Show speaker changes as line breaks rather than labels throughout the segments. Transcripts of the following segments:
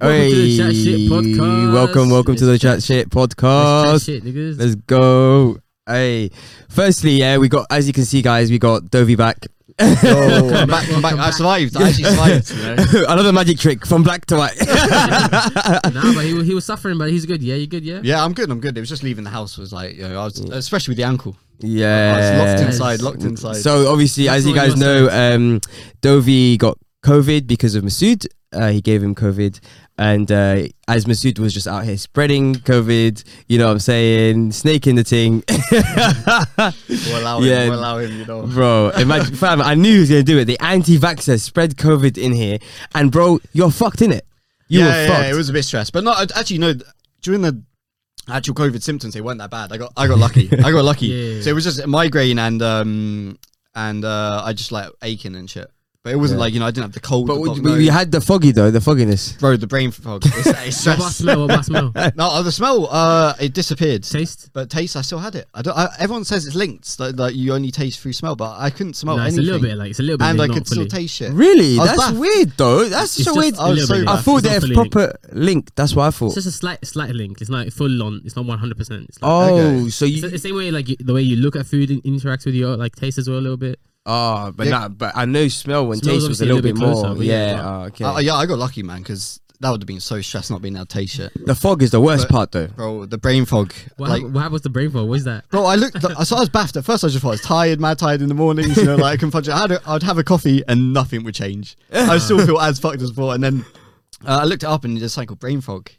Welcome to the Chat Shit
Hey,
Podcast.
Welcome, welcome to the Chat Shit
Let's
Podcast.
chat shit, niggas.
Let's go. Hey, firstly, yeah, we got, as you can see, guys, we got Dovey back.
Yo, I'm back, I'm back. I survived. I actually survived.
Another magic trick from black to white.
nah, but he, wa- he was suffering, but he's good. Yeah, you good? Yeah.
Yeah, I'm good. I'm good. It was just leaving the house was like, you know, I was, especially with the ankle. I was locked
yeah.
inside, locked inside.
So, obviously,
That's
as you
what
guys
you're
know, um, Dovey got COVID because of Masood. Uh, he gave him COVID. And uh, as Masood was just out here spreading COVID, you know what I'm saying, snaking the thing.
we'll allow
yeah.
him. We'll allow him. You know.
Bro, imagine, fam, I knew he was gonna do it. The anti-vaxxer spread COVID in here, and bro, you're fucked in it. You
yeah,
were
yeah,
fucked.
It was a bit stressed, but no, I- actually, no. During the actual COVID symptoms, they weren't that bad. I got, I got lucky. I got lucky.
Yeah.
So it was just migraine and um and uh I just like aching and shit. But it wasn't
Yeah.
like you know I didn't have the cold.
but
the
we,
blocked
we- we
nose.
had the foggy though, the fogginess.
bro the brain fog. It's, it's
What about
stress.
smell? What about smell?
no, the smell. Uh, it disappeared.
Taste?
But taste, I still had it. I don't. I, everyone says it's linked, like, like you only taste through smell, but I couldn't smell
nah, it's
Oh, anything.
a little bit like it's a little bit.
and I
like,
could
not fully.
still taste shit.
Really?
I was
That's
baffed.
weird though. That's
It's
so
just
weird.
a little
so-
bit.
I
I
left.
thought
It's not
they're
fully linked.
proper linked. That's what I thought.
It's just a slight, slight link. It's not full on. It's not one hundred percent. It's like
oh,
Okay.
so
it's the-
you?
the same way like you, the way you look at food and interacts with your like taste as well a little bit.
Oh, but
Yeah.
nah, but I know smell when
Smell's
taste was a
obviously
little bit more.
closer, but
yeah.
yeah.
oh, okay.
Uh, yeah, I got lucky, man, because that would have been so stressed not being able to taste shit,
the fog is the worst
But-
part though.
bro. The brain fog,
What,
like.
hap- what happens to brain fog? What is that?
Bro, I looked. I so I was baffed at first. I just thought I was tired, mad tired in the mornings. You know, like I can punch it. I'd, I'd have a coffee and nothing would change. I would still feel as fucked as before. And then uh, I looked it up, and it's like called brain fog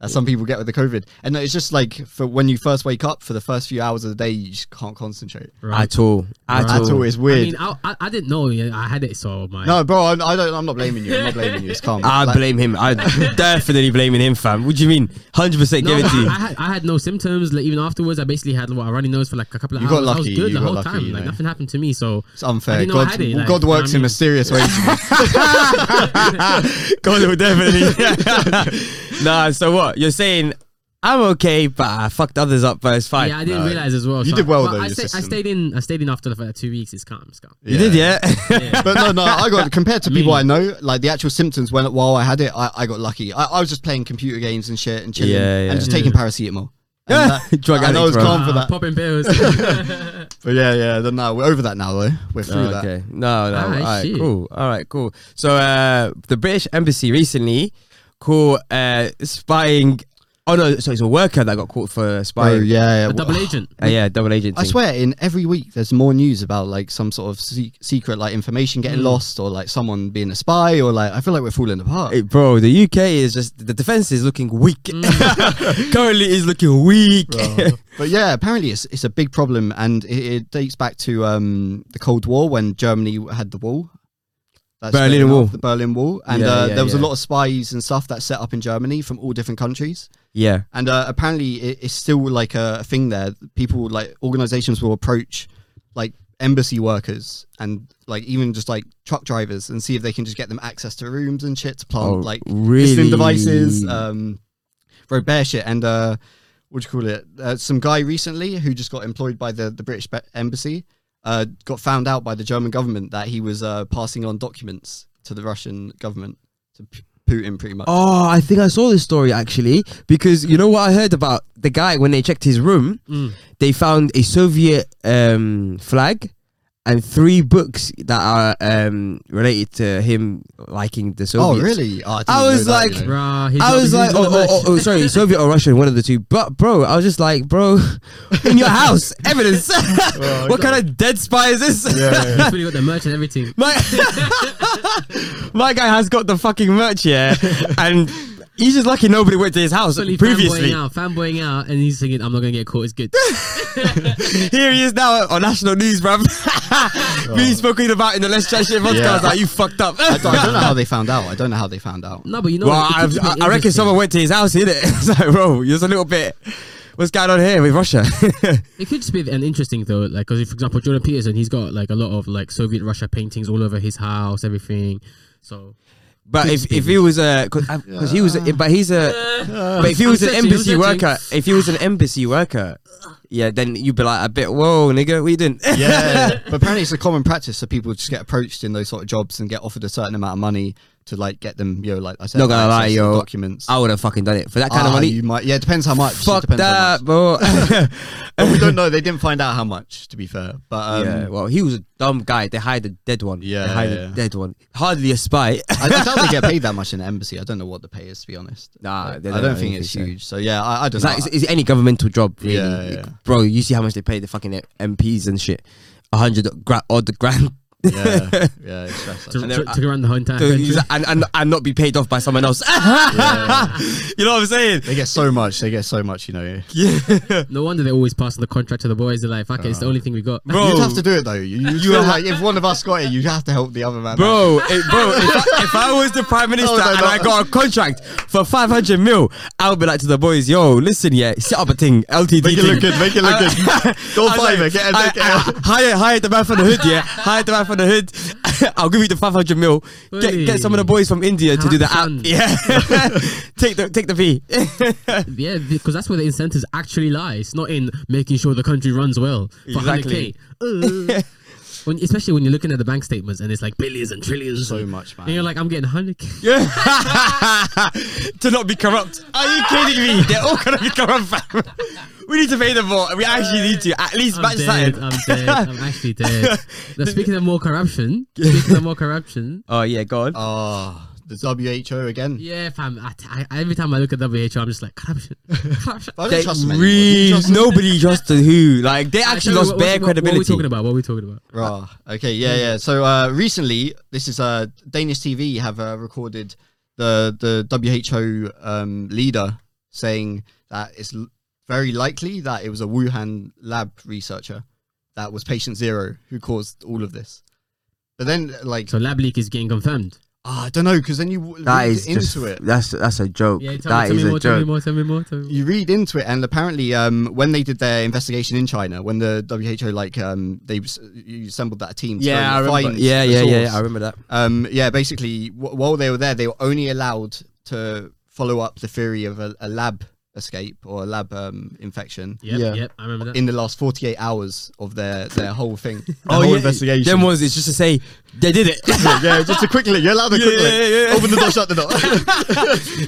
that some people get with the COVID. And uh, it's just like for when you first wake up for the first few hours of the day, you just can't concentrate
Right.
At all. At
at
all.
all. It's
I
weird.
mean, I, I, I didn't know. Yeah, I had it, so my
No, bro, I, I don't. I'm not blaming you. I'm not blaming you. It's calm.
I
Like,
blame him. I definitely blaming him, fam. What do you mean? Hundred percent
No,
give it
but
to
I,
you.
I had, I had no symptoms. Like even afterwards, I basically had what, a runny nose for like a couple of
You got
hours. I
lucky,
was good
you
the
got
whole
lucky,
time.
you
Like
know.
nothing happened to me. So
It's unfair.
didn't know I
God,
had it, like,
God
you know what I
works in
mean?
mysterious ways.
God will definitely. nah, so what? You're saying I'm okay, but I fucked others up, but it's fine.
yeah, I didn't realize as well.
You
so
did
I-
well
but
though,
I,
your
stay- I
system.
stayed in. I stayed in after like two weeks. It's calm. It's calm.
You did, yeah?
But no, no, I got compared to people
Mean.
I know, like the actual symptoms when while I had it, I, I got lucky. I, I was just playing computer games and shit and chilling
Yeah, yeah.
and just taking paracetamol. And
Yeah.
that-
Drug
I know
addict,
it's
bro.
calm for that.
Uh, Popping uh, pills.
But yeah, yeah, then no, we're over that now though. We're through
Oh,
that.
okay. No, no.
Ah,
All right,
shit.
cool. All right, cool. So uh, the British Embassy recently caught uh, spying. Oh, no. So it's a worker that got caught for
Oh
spying.
yeah, yeah.
a double agent.
Uh, yeah, double agent.
I
thing.
swear, in every week there's more news about like some sort of se- secret like information
Mm.
getting lost or like someone being a spy or like I feel like we're falling apart.
Hey, bro, the UK is just the defense is looking weak.
Mm.
Currently, is looking weak.
but yeah, apparently it's it's a big problem, and it, it dates back to um, the Cold War when Germany had the wall. That's
Berlin
fair enough,
Wall.
the Berlin Wall, and
Yeah,
uh,
yeah,
there was
yeah.
a lot of spies and stuff that set up in Germany from all different countries,
yeah.
and uh, apparently it, it's still like a thing there. People like organizations will approach like embassy workers and like even just like truck drivers and see if they can just get them access to rooms and shit to plant
Oh,
like
really?
listening devices, um, bro, bear shit, and uh, what do you call it? Uh, some guy recently who just got employed by the the British be- embassy uh, got found out by the German government that he was uh, passing on documents to the Russian government to P- Putin, pretty much.
Oh, I think I saw this story actually because you know what I heard about the guy when they checked his room,
Mm.
they found a Soviet um, flag and three books that are um, related to him liking the Soviets.
really? Oh, I, didn't
I
know
was
that, you
like-
know.
Bruh, he's
I
got-
was
he's
like,
got
oh,
the
oh,
merch.
oh, oh, sorry, Soviet or Russian, one of the two. But bro, I was just like, bro, in your house, evidence. what kind of dead spy is this?
He's really got the merch and everything.
My, my guy has got the fucking merch, yeah, and he's just lucky nobody went to his house
Totally
previously.
fanboying out, fanboying out, and he's thinking, "I'm not gonna get caught. It's good."
Here he is now on national news, bruv. Being spoken about in the Let's Chat Shit podcast.
Oh. Yeah.
Like, you fucked up.
I don't, I don't know how they found out. I don't know how they found out.
No, but you know,
well,
it
I,
keeps it
I, I reckon
interesting.
someone went to his house, innit? It's like, bro, you're just a little bit. What's going on here with Russia?
It could just be an interesting though, like because for example, Jordan Peterson, he's got like a lot of like Soviet Russia paintings all over his house, everything. So
but if, if he was a, cause, I- cause he was, a, but he's a, but if he
I'm
was an
searching, I'm
embassy
searching.
worker, if he was an embassy worker, yeah, then you'd be like a bit, whoa, nigga, what you doing?
Yeah, but apparently it's a common practice, so people just get approached in those sort of jobs and get offered a certain amount of money to like get them, you know, like I said,
Not gonna lie,
access to
yo,
documents.
I would have fucking done it for that kind
Ah,
of money.
you might, yeah, it depends how much. it
Fuck
depends how
that,
much.
bro. Um,
But we don't know. They didn't find out how much, to be fair. But um,
yeah, well, he was a dumb guy. They hired a dead one. they hired
Yeah.
a dead one. Hardly a spy.
I, I doubt they get paid that much in the embassy. I don't know what the pay is, to be honest.
Nah,
Like,
they
I
don't
don't think
really
it's
think so.
huge. So yeah, I, I don't
It's
know.
like it's, it's any governmental job, really.
Yeah, yeah, yeah.
Bro, you see how much they pay the fucking MPs and shit. A hundred gra- odd grand.
yeah, yeah, it's stressful.
to,
And uh,
to,
then-
to go around the whole entire
to
country.
use and, and, and not be paid off by someone else. You know what I'm saying?
They get so much. They get so much. You know,
Yeah.
No wonder they always pass on the contract to the boys. They're like, fuck it, it's the
Uh,
only thing we got.
Bro.
you'd have to do it though. You, you feel like if one of us got it, you'd have to help the other man. out.
Bro, eh, bro, if I, if I was the prime minister
no,
and
no.
I got a contract for 500 mil, I would be like to the boys, yo, listen, yeah, set up a thing, LTD
Make it
thing.
look good, make it look
I-
good. Go
I was
fiver, get a-
I-
get a-
I- Hire, hire the man from the hood, yeah, hire the man from the hood. I'll give you the 500 mil. Get, get some of the boys from India to do the app.
Hasan.
Yeah, take the take the fee.
Yeah, because that's where the incentives actually lie. It's not in making sure the country runs well. For
Exactly.
100K. Uh. when, especially when you're looking at the bank statements and it's like billions and trillions.
so
and,
much, man.
And you're like, I'm getting 100K.
Yeah. to not be corrupt. Are you kidding me? They're all gonna be corrupt. fam. we need to pay them more. We actually need to at least
I'm
match
dead.
that.
I'm dead. I'm actually dead. now, speaking of more corruption, speaking of more corruption,
Oh yeah, go on.
Ah, the WHO again.
yeah, fam. I, I, every time I look at WHO, I'm just like corruption, corruption.
I don't
They
trust them anymore.
really,
You trust them?
nobody trusted who. Like they
Actually,
actually lost
what-
bare
what- What are we
credibility.
talking about? What are we talking about?
Rah. Okay, yeah, yeah. So uh, recently, this is uh, Danish TV have uh, recorded the the WHO um, leader saying that it's l- very likely that it was a Wuhan lab researcher that was patient zero who caused all of this. But then, like,
So lab leak is getting confirmed.
ah, I don't know, because then you w- read into it.
that's that's a joke.
Yeah, tell, me, tell, me more, tell me more. Tell me more. Tell me more.
you read into it and apparently um when they did their investigation in china when the who like um they s- you assembled that team to go
Yeah, I
and
remember.
find
Yeah,
the
yeah, yeah,
source,
yeah. I remember that.
um yeah basically w- while they were there they were only allowed to follow up the theory of a, a lab escape or a lab um infection
Yep,
Yeah.
yep. I remember that.
in the last 48 hours of their their whole thing their
Oh,
whole
yeah,
investigation
Them ones, it's just to say they did it.
yeah just a quick link you're allowed a
Yeah,
quick link
yeah, yeah.
open the door shut the door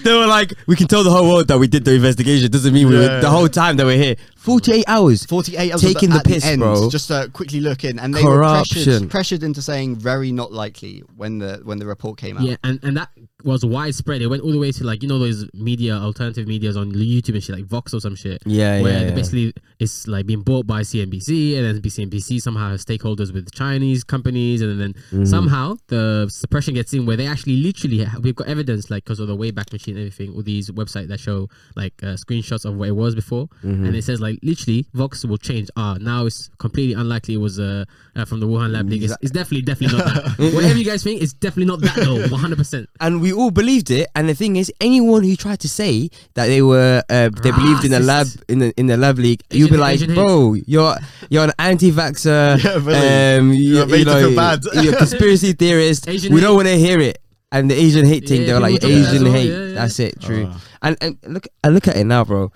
they were like, we can tell the whole world that we did the investigation. Doesn't mean we were
Yeah.
the whole time that we're here. Forty-eight hours.
48 hours
Taking the
at the,
piss,
end,
bro.
just uh, quickly look in and they were
Corruption.
pressured, pressured into saying very not likely when the when the report came out
Yeah, and, and that was widespread. It went all the way to like you know those media, alternative medias on YouTube and shit, like Vox or some shit.
Yeah,
where
yeah,
they
yeah.
basically it's like being bought by CNBC, and then CNBC somehow has stakeholders with Chinese companies, and then
Mm.
somehow the suppression gets in where they actually literally ha we've got evidence like because of the Wayback Machine and everything, all these websites that show like uh, screenshots of what it was before,
Mm-hmm.
and it says like literally Vox will change. Ah, now it's completely unlikely it was uh, uh from the Wuhan lab leak. It's, it's definitely definitely not that. Whatever you guys think, it's definitely not that though. One hundred percent.
and we all believed it. And the thing is, anyone who tried to say that they were uh, they believed in the
Racist.
lab in the in the lab league, you'd be
Asian-
like,
Asian hate.
bro, you're you're an anti-vaxer.
Yeah, really.
um, you,
You're made
you
to
know,
feel bad.
you're a conspiracy theorist.
Asian
we
hate.
don't want to hear it. And the Asian hate thing,
Yeah,
they were like
people talk about that
Asian
as well,
hate.
yeah, yeah.
That's it, true.
Ah.
And and look, I look at it now, bro.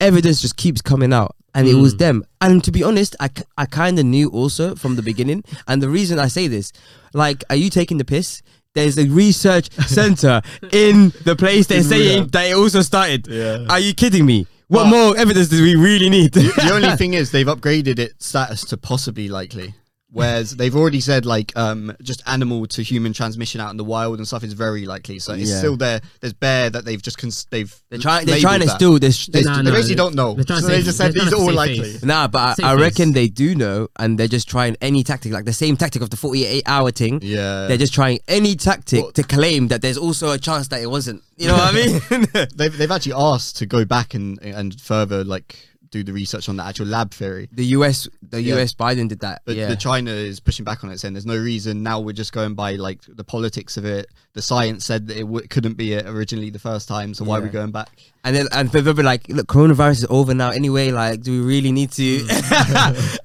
Evidence just keeps coming out, and it
Hmm.
was
Mm.
them. And to be honest, I, k- I kind of knew also from the beginning. And the reason I say this, like, are you taking the piss? There's a research center in the place they're
In
saying
Riyadh.
that it also started.
Yeah.
Are you kidding me? What
Well-
more evidence do we really need?
the only thing is they've upgraded its status to possibly likely whereas they've already said like um just animal to human transmission out in the wild and stuff is very likely so it's
Yeah.
still there there's bear that they've just cons- they've
they're trying. They're
labeled
trying to
that.
still. They're, sh-
they,
they're
Nah, nah,
they basically
they-
don't know
they're trying
so
to
they
save-
just said
they're
these
trying to
are all
save
likely
face.
Nah, but
Same
I, I
face.
reckon they do know, and they're just trying any tactic, like the same tactic of the forty-eight hour thing.
yeah
They're just trying any tactic
Well-
to claim that there's also a chance that it wasn't. You know what I mean?
they've, they've actually asked to go back and and further like do the research on the actual lab theory
the US, the
Yeah.
US Biden did that.
but
yeah.
the China is pushing back on it, saying there's no reason. Now we're just going by like the politics of it. The science said that it w- couldn't be it originally the first time, so why are we
Yeah.
going back?
and then and they'll be like, look, coronavirus is over now anyway. Like, do we really need to?
Mm.
but,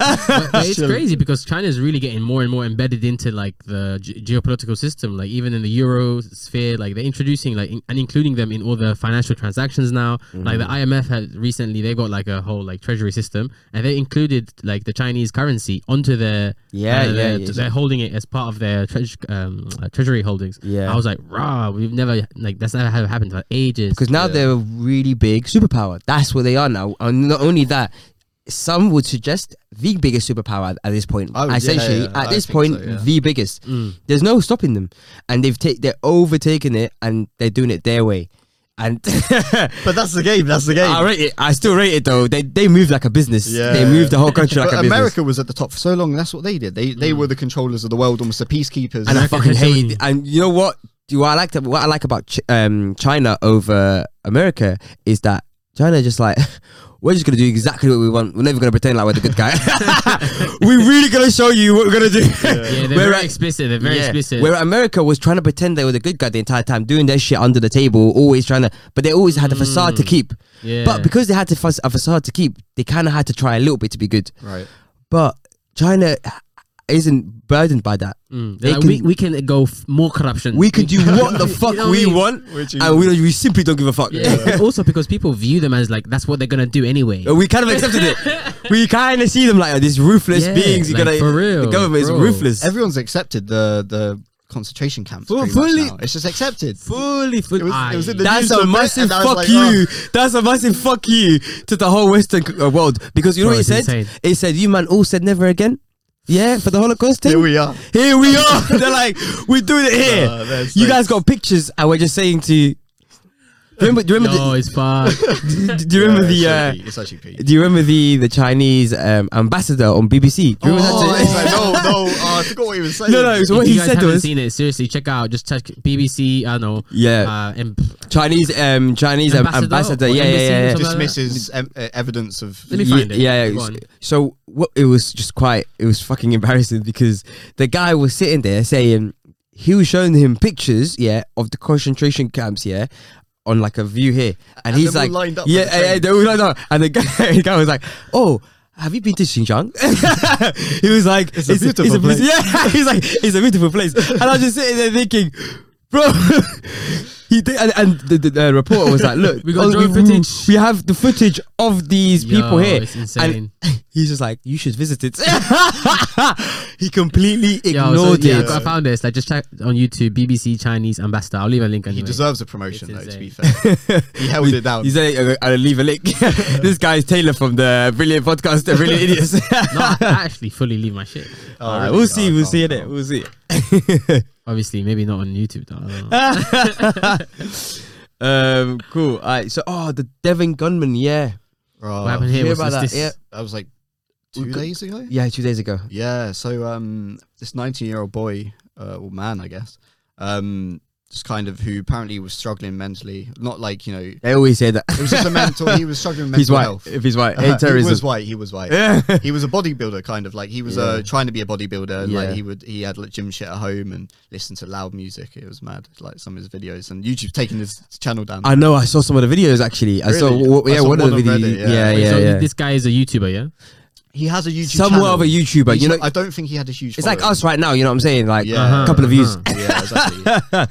but it's
Sure.
crazy because China is really getting more and more embedded into like the ge- geopolitical system, like even in the euro sphere. Like they're
Mm-hmm.
introducing like in- and including them in all the financial transactions now. Like the IMF had recently, they got like a whole whole like treasury system, and they included like the Chinese currency onto their uh,
Yeah, yeah,
their-
yeah,
they're
yeah.
holding it as part of their treas um, uh, treasury holdings.
Yeah.
I was like, rah, we've never like that's never had happened for ages.
because now they're a really big superpower. That's what they are now. And not only that, some would suggest the biggest superpower at, at this point.
Oh, yeah,
Essentially,
yeah,
at
I
this
think
point,
so, yeah.
the biggest.
Mm.
There's no stopping them, and they've ta- they're overtaking it, and they're doing it their way. And
But that's the game. That's the game.
I rate it. I still rate it though. They they moved like a business.
Yeah.
They moved the whole country like
but
a business.
America was at the top for so long. That's what they did. They they were the controllers of the world, almost the peacekeepers.
And I
America
fucking
had so
hate.
many-
And you know what? Do what I like? What I like about Ch- um, China over America is that China just like we're just gonna do exactly what we want. We're never gonna pretend like we're the good guy. we're really gonna show you what we're gonna do.
yeah, they're
Whereas-
very explicit. They're very
Yeah.
explicit.
Where America was trying to pretend they were the good guy the entire time, doing their shit under the table, always trying to, but they always had a facade to keep.
Mm. yeah.
But because they had to fuss, a facade to keep, they kind of had to try a little bit to be good.
right.
But China isn't burdened by that.
Mm.
They
They're like, we,
can-
we can go f- more corruption.
We can do what the
You
fuck
know what
we
I mean?
want,
Which is-
and we, don't- we simply don't give a fuck.
Yeah. And also because people view them as like that's what they're gonna do anyway.
we kind of accepted it. We kind of see them like oh, these ruthless
Yeah,
beings. You
like,
gotta,
for real,
the government
bro.
is ruthless.
Everyone's accepted the the concentration camps.
Well,
pretty much
fully-
now. It's just accepted.
fully, fully.
It
ah,
was, it was in the
That's
news
a
for bit,
massive
and I was
fuck
like, oh,
you. That's a massive fuck you to the whole Western uh, world because you know
Bro,
what it
it's
said.
insane.
It said you man all said never again. Yeah, for the Holocaust
Oh,
thing.
here we are.
Here we are. They're like, we're doing it here.
Uh, that's
you
like-
guys got pictures, and we're just saying to. you- Do you remember? Do you remember?
No, it's far.
the, do, do you remember
Yeah,
the? Uh,
it's actually peak.
do you remember the the Chinese um, ambassador on BBC? Do you remember
Oh,
that?
it's like, no, no, oh, I forgot what he was saying.
no, no. So
if
what
you
he
guys
said
haven't
was,
seen it, seriously, check out. Just check BBC. I don't know.
yeah,
Uh, and
Chinese um Chinese ambassador. ambassador
Ambassador or
yeah, yeah,
embassy or
yeah, yeah.
something.
Dismisses em- uh, evidence of.
Let me
Ye-
find it.
Yeah,
Go
s-
on.
So what it was just quite it was fucking embarrassing because the guy was sitting there saying he was showing him pictures, yeah, of the concentration camps, yeah, on like a view here, and,
And
he's
they're all
like,
lined up for
yeah,
the
yeah, yeah,
train.
they were lined up, and the guy, the guy was like, oh. Have you been to Xinjiang? he was like,
It's a beautiful
beaut-
place."
Yeah, he's like, it's a beautiful place. And I was just sitting there thinking, bro, he did, and, and the, the, the reporter was like, look,
We got
oh,
drone
we-
footage.
We have the footage of these people
Yo,
here.
It's insane.
And he's just like, you should visit it. he completely
Yo, so,
ignored
yeah,
it.
I found this. Like, just check on YouTube. BBC Chinese ambassador. I'll leave a link.
He
Anyway.
deserves a promotion, though,
It's
to be fair. he held it down.
He's like, "Uh, I'll leave a link. this guy is Taylor from the Brilliant Podcast, The Brilliant Idiots.
no, I I actually fully leave my shit.
Oh,
Alright,
really?
we'll see,
Oh,
we'll
oh,
see in
oh.
it. We'll see.
Obviously, maybe not on YouTube. Though. I don't know.
Um, cool. All right. So, oh, the Devon gunman. Yeah.
Oh,
What happened here
hear
was
about
this.
that, yeah.
this-
That was like two
We got-
days ago.
Yeah, two days ago.
Yeah, so um, this 19 year old boy, uh, or man, I guess, um, just kind of who apparently was struggling mentally. Not like, you know, it
They always say that.
was just a mental, he was struggling with
he's
mental
white.
health.
If he's white,
Uh,
hate
he was
terrorism.
white, he was white.
Yeah.
He was a bodybuilder, kind of like he was
Yeah.
uh, trying to be a bodybuilder. and Like
Yeah.
he would, he had like gym shit at home and listened to loud music. It was mad, like some of his videos. And YouTube's taking his channel down.
I know. I saw some of the videos actually. I saw.
Really?
w- w-
I
yeah,
saw
one of the
one on
videos.
Reddit,
yeah,
yeah.
yeah,
Wait,
yeah.
so This guy is a YouTuber, yeah.
he has a YouTube
Somewhat
channel.
of a YouTuber,
He's
you know-
not- I don't think he had a huge.
It's like
following.
us right now, you know what I'm saying? Like
Yeah. Uh-huh,
a couple of views.
uh-huh.
yeah, exactly.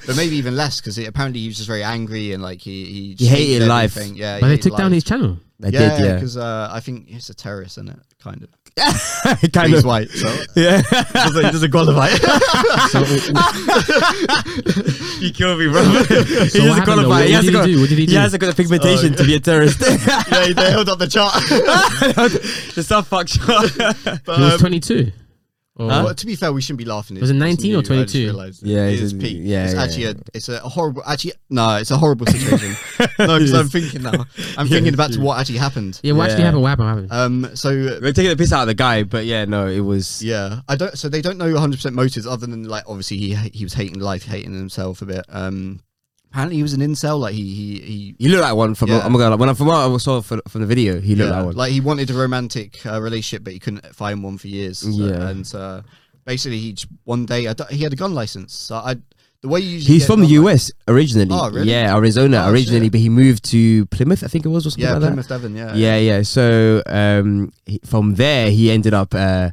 but maybe even less because apparently he was just very angry and like he he, just
hated life.
everything. Yeah, he
But they
hated
took down
life.
his channel.
I
yeah,
did,
because uh, I think he's a terrorist in it, kind of.
yeah. kind
he's
of.
white, so
Yeah.
doesn't, doesn't qualify.
you killed me, bro. he
So what
has to
happened though?
qualify.
What-
He has
what
to
did he
go-
do? What did he
He
do?
has to go to pigmentation to be a terrorist.
yeah, they held up the chart.
the stuff fuck shot.
But,
He was
um,
22. Or
well, to be fair, we shouldn't be laughing. at
Was it
this
19 or
new, I just
22?
realised.
Yeah,
it
it's
is
a-
peak.
yeah,
it's
yeah,
actually
yeah.
a it's a horrible. Actually, no, it's a horrible situation. no, because I'm thinking now. I'm thinking back to what actually happened.
yeah, what actually
Yeah.
happened? What happened? What happened?
Um, so
We're taking the piss out of the guy, but yeah, no, it was.
Yeah, I don't. So they don't know 100 percent motives other than like obviously he he was hating life, hating himself a bit. Um, apparently he was an incel. Like he he he.
He looked like one from.
Yeah.
I'm not gonna. lie, When I from what I saw from, from the video, he looked
yeah,
like one.
uh, like he wanted a romantic uh, relationship, but he couldn't find one for years. So-
Yeah.
and uh, basically he j- one day I don't- he had a gun license. So I the way you usually
He's
get
from
a
the
gun license-
US originally.
Oh, really?
Yeah, Arizona
Oh,
originally,
shit.
but he moved to Plymouth, I think it was, or something
Yeah,
like that.
Plymouth Devon. Yeah,
yeah, yeah. So um, he, from there, he ended up. Uh,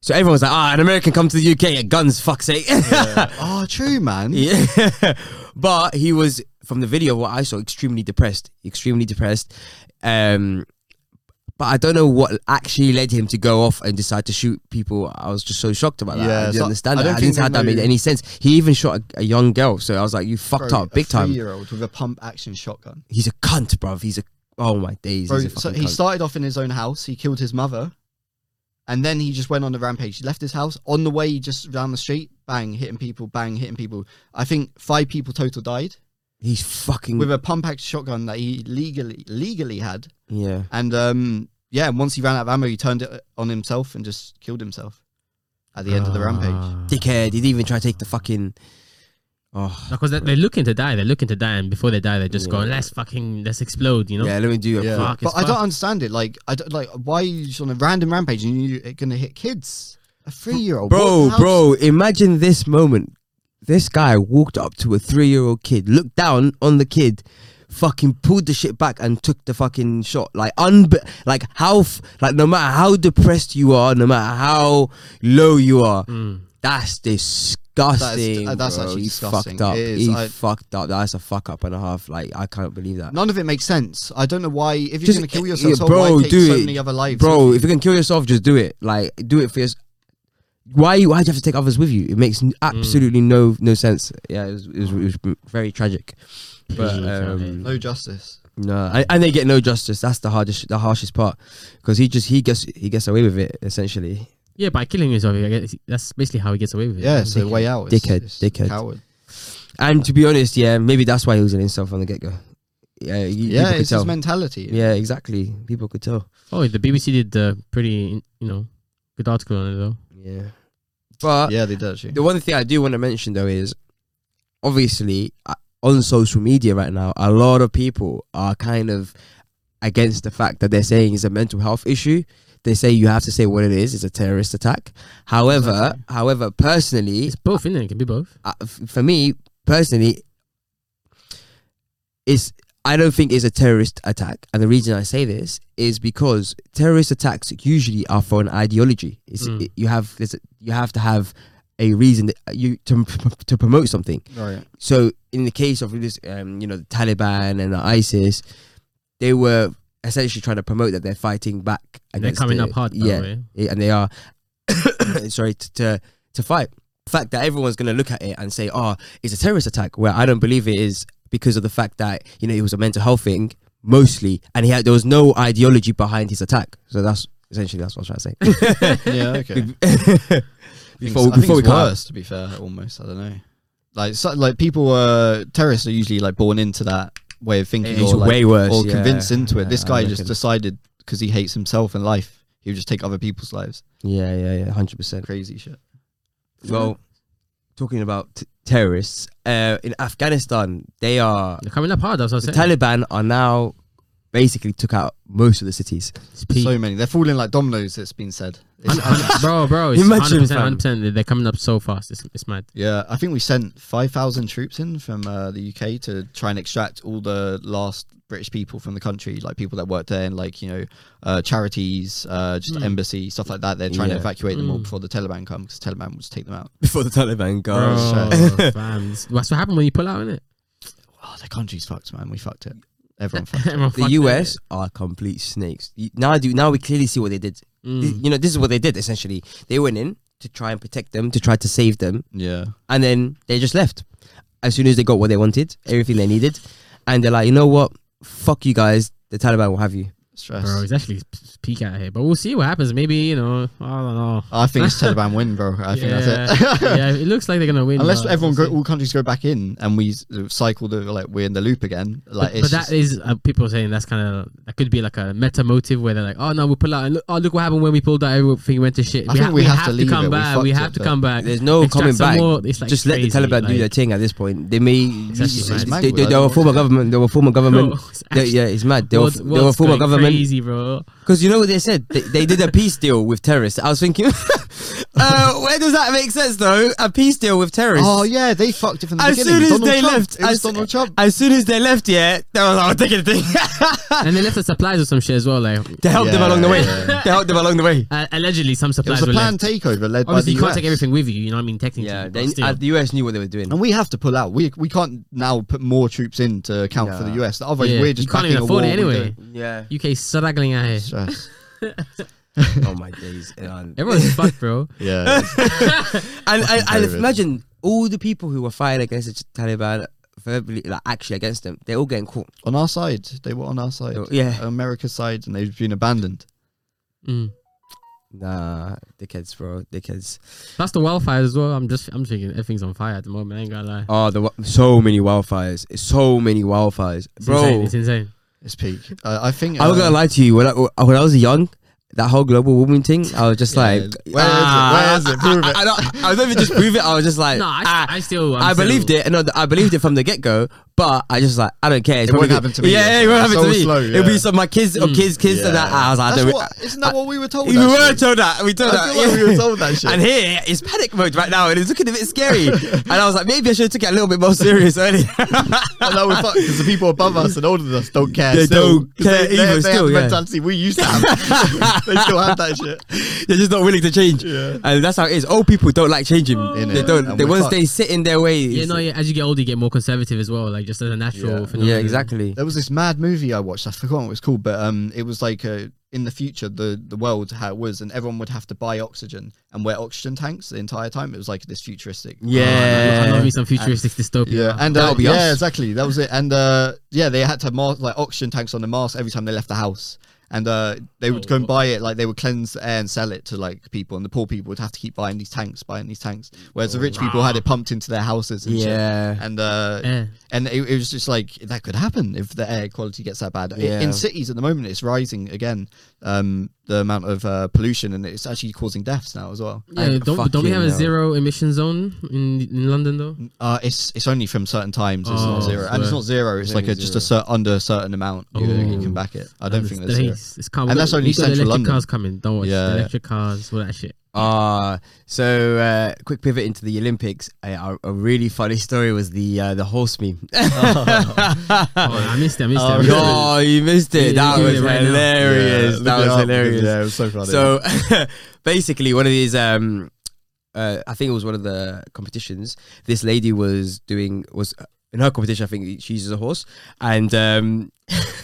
so everyone was like, "Ah, an American come to the UK at guns, fuck's sake."
Yeah. oh, true, man.
yeah. but he was, from the video what I saw, extremely depressed, extremely depressed. Um, But I don't know what actually led him to go off and decide to shoot people. I was just so shocked about that.
Yeah,
I didn't
so
understand
I
that.
don't
I didn't
think
how that
they
made
know-
any sense. He even shot a, a young girl, so I was like, "You fucked
Bro,
up big
a
time."
Three-year-old with a pump-action shotgun.
He's a cunt, bruv. He's a oh my days.
Bro,
he's a
so
fucking
he
cunt.
started off in his own house. He killed his mother, and then he just went on the rampage. He left his house on the way just down the street, bang, hitting people, bang, hitting people. I think five people total died
he's fucking
with a pump-action shotgun that he legally legally had.
yeah.
And um, yeah, and once he ran out of ammo, he turned it on himself and just killed himself at the end
Ah.
Ah.
of the rampage.
Dickhead. He didn't even try to take the fucking. Oh
Because they're, they're looking to die. They're looking to die, and before they die, they're just
Yeah.
going, "Let's fucking, let's explode," you know.
yeah, let me do a
Yeah,
Fuck,
but
it's
I don't
fucked.
understand it. Like, I don't, like why are you just on a random rampage and you're going to hit kids? A three-year-old,
Bro,
What- how-
bro, imagine this moment. This guy walked up to a three year old kid, looked down on the kid, fucking pulled the shit back and took the fucking shot. Like, unbe- like how, f- like, no matter how depressed you are, no matter how low you are,
Mm.
that's disgusting.
uh, that's
bro.
actually
He
disgusting.
fucked up.
It is.
He
I-
fucked up. That's a fuck up and a half. Like, I can't believe that.
None of it makes sense. I don't know why. If you're
Just- eh,
going to kill
yeah,
yourself, so
bro,
why take
do
so
it.
many other lives?
Bro, if you can kill yourself, just do it. Like, do it for yours. Why you? Why do you have to take others with you? It makes n- absolutely no no sense. Yeah, it was, it was, it was very tragic. But
Yeah,
um,
no justice.
no, and, and they get no justice. That's the hardest, the harshest part, because he just he gets he gets away with it essentially.
yeah, by killing himself, I guess that's basically how he gets away with it.
Yeah, so the way out. Is,
Dickhead,
is
dickhead.
Coward.
And to be honest, yeah, maybe that's why he was an incel from the get go. Yeah, you,
Yeah,
people could
it's
tell.
his mentality.
yeah, exactly. People could tell.
Oh, the BBC did a pretty, you know, good article on it though.
Yeah, but
yeah, they did actually.
The one thing I do want to mention though is obviously uh, on social media right now, a lot of people are kind of against the fact that they're saying it's a mental health issue. They say you have to say what it is. It's a terrorist attack. However,
Exactly.
however, personally,
It's both, isn't it? It can be both.
uh, f- for me personally, it's I don't think it's a terrorist attack, and the reason I say this is because terrorist attacks usually are for an ideology. It's,
Mm.
you have there's a- you have to have a reason that uh, you to to promote something.
Right.
So in the case of this, um, you know, the Taliban and the ISIS, they were essentially trying to promote that they're fighting back.
And they're
against
coming
the-
up hard. By
Yeah,
the way.
yeah, and they are sorry to, to to fight the fact that everyone's going to look at it and say oh it's a terrorist attack where i don't believe it is because of the fact that you know it was a mental health thing mostly and he had there was no ideology behind his attack so that's essentially that's what i was trying to say
Yeah, okay.
before,
I think
before we
it's
cut
worse, to be fair, almost. I don't know. Like, so, like people, uh, terrorists are usually like born into that way of thinking,
it's
or, like,
way worse
or
yeah.
convinced into it. This
Yeah,
guy
I
just
reckon.
decided because he hates himself and life, he would just take other people's lives.
yeah yeah yeah 100%
Crazy shit.
well talking about t- terrorists uh, in afghanistan they are
They're coming up hard. That's what I
the
was saying.
taliban are now basically took out most of the cities
It's peak.
So many. They're falling like dominoes. It's been said. It's-
bro, bro, it's
Imagine,
100%,
fam.
100%. They're coming up so fast. It's, it's mad.
Yeah, I think we sent 5,000 troops in from uh, the UK to try and extract all the last British people from the country, like people that worked there and like, you know, uh, charities, uh, just embassy, stuff like that. They're trying
Yeah.
to evacuate them all before the Taliban come because Taliban will just take them out.
before the Taliban goes.
Bro, fam. It's- That's what happened when you pull out, innit?
Oh, the country's fucked, man. We fucked it. Everyone fucked it.
Everyone
The
fucked it.
US are complete snakes. You- Now, I do now we clearly see what they did. Th-
Mm.
You know, this is what they did essentially. They went in to try and protect them, to try to save them,
Yeah.
and then they just left. As soon as they got what they wanted, everything they needed, and they're like, you know what? Fuck you guys. The Taliban will have you.
Stress.
Bro, it's actually s- peak out here. But we'll see what happens. Maybe, you know, I don't know.
I think it's Taliban win, bro. I think that's it.
yeah, it looks like they're going to win.
Unless
but
everyone,
we'll
go,
see.
all countries go back in and we s- uh, cycle the, like, we're in the loop again. Like,
But,
it's
but
just-
that is uh, people are saying that's kind of that could be like a meta motive where they're like, oh no, we pull out and look, oh look what happened when we pulled out, everything went to shit.
I think we have to leave
come
it. We
back. We,
fucked
have
it,
to
but
come back.
There's no
Extract
coming
some
back.
more. It's, like,
just
crazy,
let the Taliban do
like-
their thing at this point. They may.
actually
they-
mad.
they, they, were a former government. They were a former government.
Bro, it's
They-
actually-
yeah, it's mad. They were,
World's-
they were a
world's
former
going
government.
Crazy, bro.
Because you know what they said? They, they did a peace deal with terrorists. I was thinking, uh, where does that make sense though? A peace deal with terrorists.
Oh yeah, they fucked it from the
as
beginning.
soon as
Donald
they
Trump.
left,
it was
as,
Donald Trump.
as soon as they left, yeah, they were like, oh, take the thing.
and they left us supplies or some shit as well. Like
they helped them
Yeah,
along the way.
yeah.
They helped them along the way.
uh, allegedly, some
It was
supplies
a
were
planned
left.
takeover led by the
Obviously, you can't take
US.
everything with you. You know what I mean? Technically,
Yeah,
but
they,
still.
uh, the US knew what they were doing.
And we have to pull out. We we can't now put more troops in to account for the
Yeah.
US. Otherwise,
Yeah.
we're just
you can't
backing
even
a
afford it
war we
anyway.
don't-
Yeah.
UK struggling out here.
Stress.
oh my days. And, and,
Everyone's fucked, bro.
Yeah.
and, and
COVID.
imagine all the people who were fighting against the Taliban, verbally, like actually against them, they're all getting caught.
on our side, they were on our side.
Oh, yeah.
America's side, and they've been abandoned.
Mm.
Nah, dickheads, bro, dickheads.
That's the wildfires as well. I'm just, I'm thinking everything's on fire at the moment. I ain't gonna lie.
Oh, the wa- so many wildfires, so many wildfires,
It's
bro.
insane. It's insane.
It's peak. Uh, I think.
I'm not
uh,
gonna lie to you. When I, when I was young, that whole global warming thing, I was just
Yeah.
like, ah,
Where is it? Where is it? Prove
I,
it.
I, I, don't- I was not even just prove it. I was just like,
No, I,
ah,
I still. I'm
I believed
still-
it. No, th- I believed it from the get go. But I just like I don't care. It's
It won't
probably-
happen to me,
Yeah,
yeah.
yeah, it won't happen
So
to me.
slow,
It'll be
yeah. Hmm.
some of my kids or kids, kids, and that. I was like, I
That's
don't.
what, isn't that what we were told?
we were
actually?
told that. We told
I
that.
feel like
yeah.
we were told that shit.
And here it's panic mode right now, and it's looking a bit scary. and I was like, maybe I should have took it a little bit more serious earlier.
And now we're fucked because the people above us and older than us don't care.
They
still.
don't
'Cause
care
they,
either
They, they
still,
have the
yeah.
mentality we used to have. they still have that shit.
They're just not willing to change,
Yeah.
and that's how it is. Old people don't like changing. they
it,
don't.
and
They
we're
once
fucked.
they sit in their ways.
Yeah, no. Yeah, as you get older, you get more conservative as well. Like just as a natural.
Yeah.
phenomenon.
Yeah, exactly.
There was this mad movie I watched. I forgot what it was called, but um, it was like uh, in the future, the the world how it was, and everyone would have to buy oxygen and wear oxygen tanks the entire time. It was like this futuristic.
I love
Yeah.
me some futuristic dystopia.
Yeah, and
That'll
uh,
be
yeah,
us.
exactly. That was it. And uh, yeah, they had to have mask, like oxygen tanks on the mask every time they left the house. And uh, they would
Oh.
go and buy it, like they would cleanse the air and sell it to like people, and the poor people would have to keep buying these tanks, buying these tanks. Whereas the rich people had it pumped into their houses and
Yeah.
shit. And uh,
Yeah.
and it, it was just like that could happen if the air quality gets that bad. I-
Yeah.
In cities at the moment, it's rising again. Um, the amount of uh, pollution and it's actually causing deaths now as well.
Yeah,
I
don't, don't we
fucking
have a
know.
zero emission zone in, in London though?
Uh, it's it's only from certain times. It's
Oh,
not zero, and it's
so-
not zero. It's like a, just a cer- under a certain amount. You, you
Ooh.
can back it. I don't
Understand.
think there's zero.
It's- it's calm.
And that's
We've
only
got the
central
electric
London.
cars coming. Don't watch
Yeah.
the electric cars, all that shit.
Ah, so uh, quick pivot into the Olympics. A, a- a really funny story was the uh, the horse meme.
Oh, I missed it. I missed it. I
Oh,
missed it.
oh, you missed it.
Yeah,
That
you
was
did it right now.
hilarious.
Yeah,
that
look
was
it up
hilarious.
because, Yeah, it was so funny.
So basically, one of these, um, uh, I think it was one of the competitions. This lady was doing was in her competition. I think she uses a horse, and um,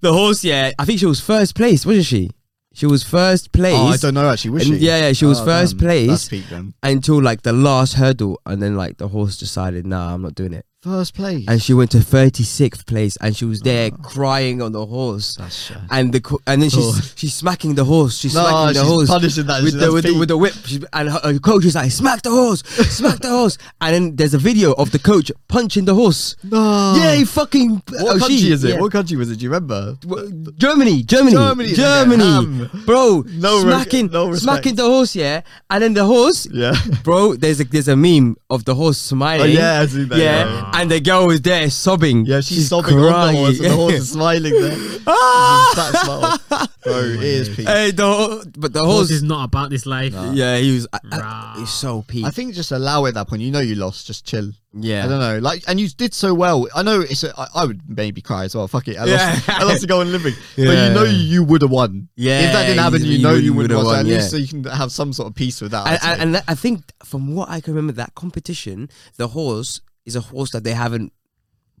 the horse. Yeah, I think she was first place, wasn't she? She was first place.
oh, I don't know actually. Was she?
And yeah, yeah, she was
Oh,
first
damn. That's
place
peak then.
until like the last hurdle, and then like the horse decided, nah, I'm not doing it,
First place.
and she went to 36th place, and she was
Ah.
there crying on the horse,
That's shit.
and the co- and then she's
Oh.
she's smacking the horse, she's
No,
smacking the
she's
horse
punishing that.
with the,
that's
with, the,
peak.
with the whip, She- and her, her coach is like, smack the horse, smack the horse, and then there's a video of the coach punching the horse.
no.
Yeah, he fucking.
Ah. What
oh,
country
she-
is it?
yeah.
What country was it? Do you remember?
W- Germany, Germany,
Germany,
Germany,
yeah, ham.
bro,
No re-
smacking,
no respect.
smacking the horse, yeah, and then the horse,
Yeah.
bro. There's a there's a meme of the horse smiling,
Oh, yeah, I see that,
yeah,
yeah.
and the girl is there sobbing,
Yeah, she's, sobbing on the horse, and the horse is smiling there.
Ah!
That smile, bro, it is peak.
hey, the ho- but the horse,
Horse is not about this life.
yeah, he was, I- I-
Rah.
he's so peak,
I think just allow it at that point. You know you lost. Just chill.
yeah.
I don't know. Like, and you did so well. I know it's. A, I, I would maybe cry as well. Fuck it. I lost.
Yeah.
I lost to go on living. But
Yeah.
you know you would have won.
Yeah,
If that didn't happen,
you-
you,
you
know
would-
you would
would've
have won. So
won,
at
yeah.
least so you can have some sort of peace with that.
and,
I'd say.
and, and that- I think from what I can remember, that competition, the horse is a horse that they haven't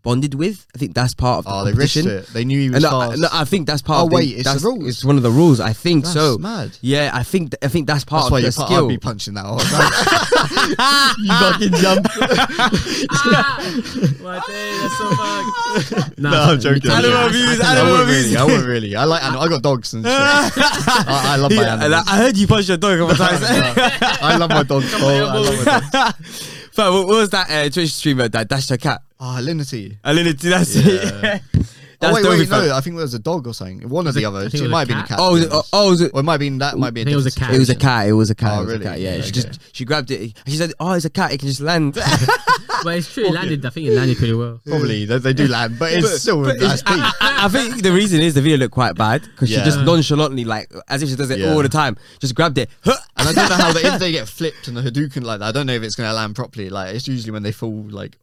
bonded with. I think that's part of the
oh, they risked
competition.
it. They knew he was
And I-
fast.
no, I think that's part.
Oh,
of the,
wait, it's the
that's-
rules.
It's one of the rules. I think
That's
so.
mad.
Yeah, I think th- I think that's part
That's why
of
you
the
pu- I'd
skill.
be punching that horse. you fucking jump.
My day, that's so fucked. Nah,
no, I'm joking.
I
Animal
can't-
abuse,
I can't-
animal
I wouldn't
abuse.
really. I wouldn't really. I like. animal- I got dogs and shit. I, Oh, I love my
Yeah, and I,
animals.
I heard you punch your dog a couple times.
I love my dogs. Oh, I love my dogs.
but what what was that uh, Twitch streamer that dashed her cat?
Ah, Linity.
I literally that's
Yeah.
yeah. That's
Oh, wait,
the only
wait,
fun.
no, I think there was a dog or something. One or the
it- I
other.
think
It,
it was a
might have been a
cat.
cat.
Oh,
to
was
be
it, oh,
honest.
oh, was it,
Or it might have been that. Might be a
I think it was a
different
cat.
It was a
Action.
cat. It was a cat.
Oh,
it was
really?
a cat. Yeah. She
Okay.
just she grabbed it. She said, "Oh, it's a cat. It can just land."
But it's true. It landed. I think it landed pretty well.
Probably they, they do land, but it's still
But
nice
it's- I, I- I think the reason is the video looked quite bad because she just
Yeah.
nonchalantly, like as if she does it all
Yeah.
the time, just grabbed it. Huh.
And I don't know how they, if they get flipped and the Hadouken like that. I don't know if it's going to land properly. Like it's usually when they fall like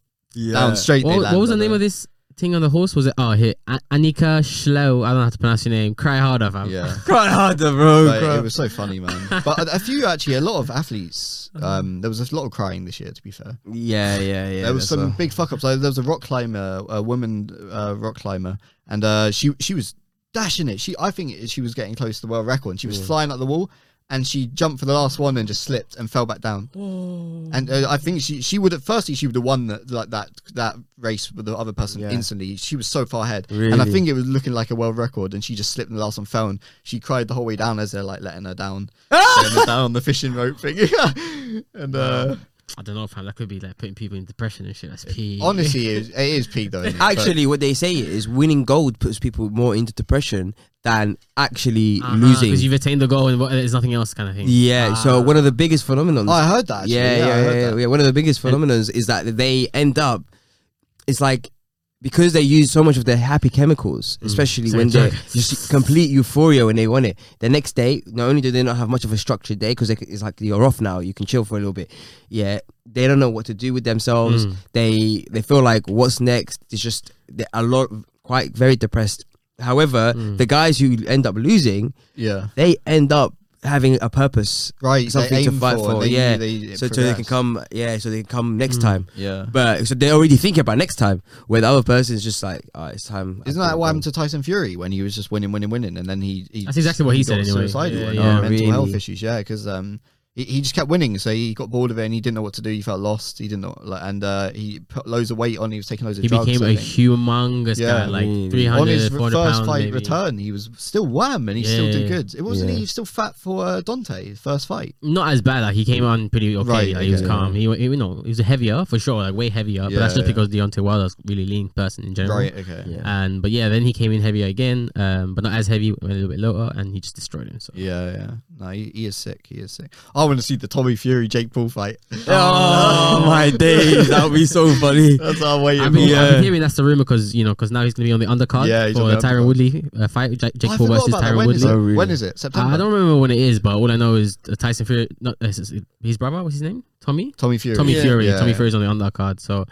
down straight. they
What,
land,
what was
I
the name
don't
of this thing on the horse? Was it? Oh, here, A- Anika Schlo. I don't know how to pronounce your name. Cry harder,
know.
fam.
Yeah.
Quite harder, bro.
But
cry.
it was so funny, man. But a, a few actually, a lot of athletes.
Uh-huh.
Um, there was a lot of crying this year. To be fair,
yeah, yeah, yeah.
there was
that's
some
all.
big fuck ups. Like, there was a rock climber, a woman uh, rock climber, and uh, she she was dashing it. She, I think it, she was getting close to the world record, and she was
Mm.
flying up the wall, and she jumped for the last one and just slipped and fell back down.
Oh.
And uh, I think she she would have firstly she would have won that like that that race with the other person
Yeah.
instantly. She was so far ahead, and I
Really?
think it was looking like a world record. And she just slipped in the last one, fell, and she cried the whole way down as they're like letting her down, letting her down on the fishing rope thing. and uh,
I don't know, fam. That could be like putting people in depression and shit. That's pee.
honestly, it is, it is peak though. isn't it? But-
Actually, what they say is winning gold puts people more into depression than actually
Uh-huh,
losing.
because you've attained the goal and what- there's nothing else, kind of thing.
Yeah, so one of the biggest phenomenons.
Oh, I heard that. Actually.
yeah, yeah,
I
yeah,
heard
yeah,
that.
One of the biggest phenomenons is that they end up. It's like because they use so much of their happy chemicals,
Mm,
especially
Same
when they're
joke.
just complete euphoria when they won it. The next day, not only do they not have much of a structured day because it's like you're off now, you can chill for a little bit. Yeah, they don't know what to do with themselves.
Mm.
They they feel like what's next. It's just they're a lot quite very depressed. However,
Mm.
the guys who end up losing,
yeah.
they end up having a purpose
Right,
something
they
to
aim
fight
for,
for.
they-
yeah,
they
so, so they can
progress. Hmm.
come. Yeah, so they can come next time.
Yeah.
But so they're already thinking about next time, where the other person's just like, "Oh, it's time." I
Isn't
think
that what
I'm
happened to Tyson Fury when he was just winning, winning, winning, and then he? he
That's exactly what he
got
said anyway.
Suicidal
Yeah,
and
yeah.
had
Oh,
mental health
really?
issues. Yeah, because um, he, he just kept winning, so he got bored of it and he didn't know what to do. He felt lost. He didn't know, like, and uh, he put loads of weight on. He was taking loads of
He
drugs.
became
I
a
think.
humongous guy,
Yeah.
like
Mm.
300,
on his
400
first
pounds
fight
maybe.
return, he was still wham, and he still
Yeah.
did good. It wasn't
Yeah.
he still fat for uh, Dante his first fight.
Not as bad. Like he came on pretty okay.
Right,
like, He was
okay.
calm. He, wa- he, you know, he was heavier for sure, like way heavier. but that's
Yeah,
just
yeah.
because Deontay Wilder's really lean person in general.
Right. Okay.
Yeah.
Yeah.
And but yeah, then he came in heavier again, um, but not as heavy, went a little bit lower, and he just destroyed him. So
Yeah, No, he, he is sick. He is sick. I want to see the Tommy Fury Jake Paul fight.
Oh my days, that would be so funny.
That's our way.
I
of
mean, uh,
Yeah.
I'm hearing that's the rumor because you know because now he's gonna be on the undercard
Yeah, he's on
for
the
the Tyron
undercard. Oh,
Woodley uh, fight, Jake, Jake
I
Paul
forgot
versus
about that.
Tyron
When is
Woodley. Uh,
it?
Oh, really?
When is it? September.
I don't remember when it is, but all I know is uh, Tyson Fury, not uh, his his brother, what's his name? Tommy.
Tommy Fury.
Tommy
Yeah.
Fury.
Yeah.
Tommy Fury's on the undercard, so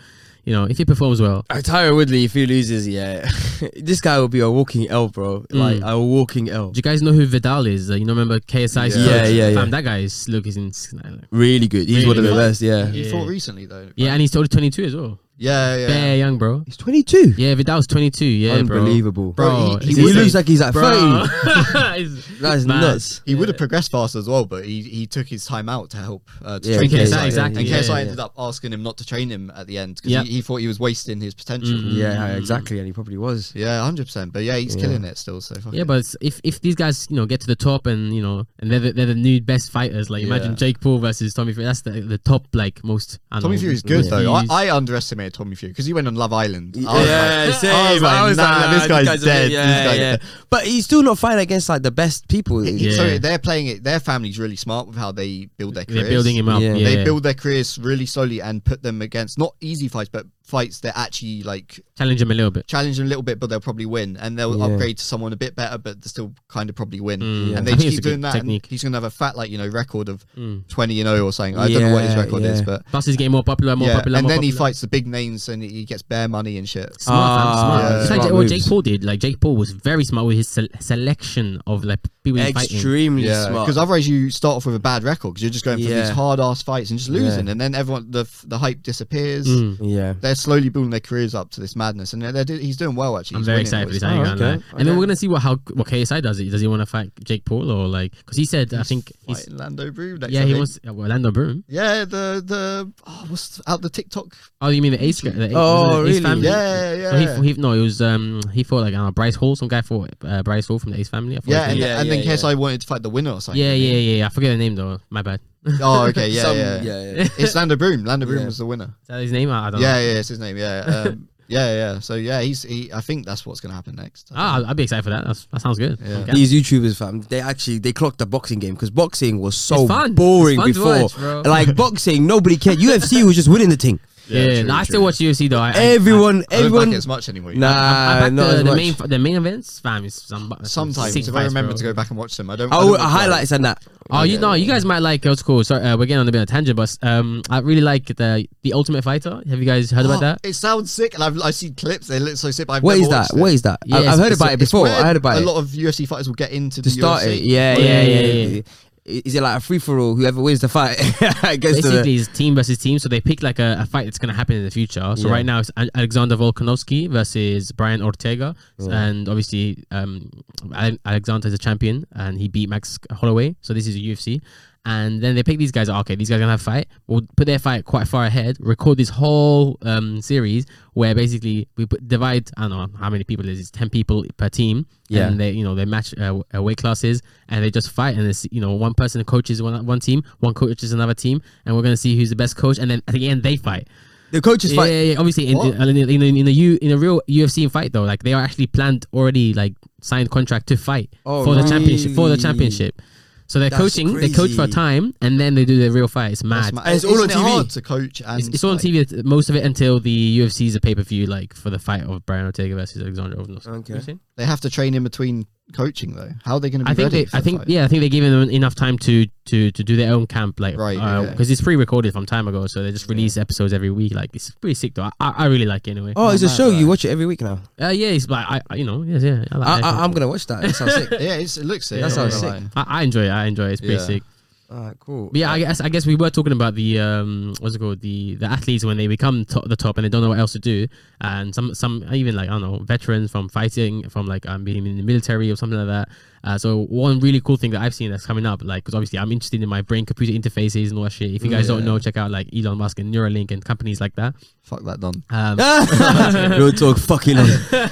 you know if he performs well,
Uh, Tyron Woodley, if he loses, yeah, this guy will be a walking L, bro.
Hmm.
Like a walking L.
Do you guys know who Vidal is? Like, you know, remember KSI?
Yeah. Yeah, yeah,
Fam,
yeah.
that guy is look is insane. Like,
Really good. He's one of the
Really?
best. Yeah.
He
Yeah.
fought recently though.
yeah, and he's only 22 as well.
Yeah, yeah.
Bare young, bro.
He's 22.
Yeah, Vidal's 22. Yeah,
Unbelievable.
bro. Bro,
He-
He,
it's insane.
looks like he's like
Bro.
30. That's
Mad.
nuts.
He would have progressed faster as well, but he, he took his time out to help uh, to
Yeah,
train
KSI,
KSI.
exactly,
And
yeah,
KSI
yeah,
ended up asking him not to train him at the end because
Yeah.
he, he thought he was wasting his potential.
Mm.
Yeah,
Hmm.
exactly. And he probably was.
Yeah, hundred percent. But yeah, he's
Yeah.
killing it still. So fuck
Yeah,
it.
but it's- if if these guys you know get to the top and you know and they're the, they're the new best fighters, like imagine
Yeah.
Jake Paul versus Tommy Fury. That's the, the top like most. I don't
Tommy
know,
Fury's good
most
though. I,
views.
I underestimated Tommy Fury because he went on Love Island. I was
Yeah,
like-
same.
I was like, nah, this guy's
a bit-
dead.
Yeah,
This guy's
yeah.
dead.
But he's still not fighting against like the best people.
He-
Yeah.
So they're playing it. Their family's really smart with how they build their careers.
they're building him up.
Yeah.
Yeah,
they
yeah.
build their careers really slowly and put them against not easy fights, but fights that actually like
challenge him a little bit.
challenge them a little bit, but they'll probably win, and they'll
Yeah.
upgrade to someone a bit better, but they'll still kind of probably win.
Mm.
Yeah.
And they
I think it's
just keep
a good
doing that. and
technique.
he's gonna have a fat like you know record of
Mm.
twenty and zero or something. I don't know what his
Yeah,
record is,
yeah.
but
Plus, he's getting more popular, more
yeah.
popular.
and
more
then he
popular.
fights the big names, and he gets bare money and shit.
Smart, fam,
Ah,
smart.
yeah.
It's like
Smart
what
moves.
Jake Paul did. Like Jake Paul was very smart with his sel- selection of like people he's fighting.
Extremely
Yeah,
smart.
because otherwise you start off with a bad record because you're just going for
Yeah.
these hard ass fights and just
Yeah.
losing, and then everyone the f- the hype disappears.
Mm.
yeah.
They're slowly building their careers up to this madness, and they're, they're, do- he's doing well actually.
I'm
He's
very excited
winning all
for
this
this. I
time.
ain't
Oh,
gonna lie.
okay,
And then
okay.
we're gonna see what how what KSI does it. Does he want to fight Jake Paul or like because he said I think he's
Fighting Lando Broom next.
yeah
I
he
think.
wants uh, well, Lando Broom.
Yeah, the the oh, what's out the TikTok?
Oh, you mean the Ace guy? The Ace,
Oh,
was it the Ace
really?
family?
Yeah, yeah.
So he, f- he no, it was um he fought like uh, Bryce Hall. Some guy fought uh, Bryce Hall from the Ace family. I forgot
Yeah,
his
and,
name.
Yeah,
and then
yeah,
KSI wanted to fight the winner or something.
yeah,
didn't
yeah, yeah, yeah. I forget the name though. My bad.
he? Oh, okay, yeah,
Some-
yeah.
yeah.
It's Lando Broom. Lando Broom
Yeah.
was the winner.
Is that his name? I, I don't know.
Yeah, yeah, it's his name. Yeah, um, yeah, yeah. So yeah, he's. He, I think that's what's gonna happen next.
Ah, I'd- I'd be excited for that. That's, that sounds good.
Yeah.
Okay.
These YouTubers, fam, they actually they clocked the boxing game because boxing was so
It's fun.
boring
It's fun to watch,
before.
bro.
like boxing, nobody cared. UFC was just winning the thing.
Yeah, no, I still watch UFC though. I, I-
Everyone,
I don't
everyone.
like it as much anymore.
nah,
I, I back
not
the,
as
the
much.
main the main events, fam. Is some,
Sometimes
sick
if I
fights,
remember
bro.
to go back and watch them, I don't. I
Oh,
don't
uh,
watch live.
highlights and that.
Oh, you know, you guys might like. It's cool. Sorry, uh, we're getting on a bit of tangent, but um, I really like the the Ultimate Fighter. Have you guys heard
Oh,
about that?
It sounds sick, and I've I see clips. They look so sick. But I've
What
never
is that?
watched it.
What is that?
Yeah,
I,
it's-
have heard
it's-
about it
It's
before.
where
I heard about
a
it.
lot of UFC fighters will get into
to
the
start
UFC.
it. Yeah,
Yeah,
yeah, yeah.
yeah, yeah.
i- is it like a free for all? Whoever wins the fight goes to the.
Basically, it's team versus team. So they picked like a, a fight that's going to happen in the future. So
Yeah.
right now it's Al- Alexander Volkanovski versus Brian Ortega, and obviously um, Ale- Alexander is a champion and he beat Max Holloway. So this is a UFC. And then they pick these guys. Okay, these guys are gonna have a fight. We'll put their fight quite far ahead. Record this whole um, series where basically we put, divide. I don't know how many people it is. It's ten people per team.
Yeah.
And they, you know, they match uh, uh, weight classes and they just fight. And it's, you know, one person coaches one one team, one coaches another team, and we're gonna see who's the best coach. And then at the end, they fight.
The coaches
Yeah,
fight.
yeah, yeah. Obviously, in,
What?
in, in, in, a U, in a real UFC fight though, like they are actually planned already, like signed contract to fight
Oh,
for the championship. For the
really?
championship. So they're
That's
coaching. They coach for a
crazy.
time, and then they do their real fight. It's mad.
ma-
And it's all
isn't
on
it
TV.
hard to coach and
It's, it's all on
like-
TV. it's- Most of it until the UFC's a pay per view, like for the fight of Brian Ortega versus Alexander Ovnos.
Okay.
They have to train in between coaching though. How are they going to be
I think
ready?
they, I think yeah, I think they gave them enough time to to to do their own camp, like
Right, okay.
because it's pre-recorded from time ago, so they just release episodes every week. Like it's pretty sick though. I, I I really like it anyway.
Oh, it's a
mad,
show. You
right.
watch it every week now.
Uh, yeah, it's like I, I you know yes yeah I like
I,
that
I,
show.
I'm gonna watch that. That sounds sick.
yeah, it's, it looks sick.
That
I'm not
sounds
gonna
sick.
lie.
I, I enjoy it. I enjoy it. It's pretty
Yeah.
sick.
Alright, cool.
But yeah, I guess I guess we were talking about the um what's it called the the athletes when they become to- the top and they don't know what else to do and some some even like I don't know veterans from fighting from like um, being in the military or something like that. Uh, so one really cool thing that I've seen that's coming up like because obviously I'm interested in my brain computer interfaces and all that shit. If you guys don't
Yeah.
know, check out like Elon Musk and Neuralink and companies like that.
Fuck that done.
Um,
Real talk, fucking on.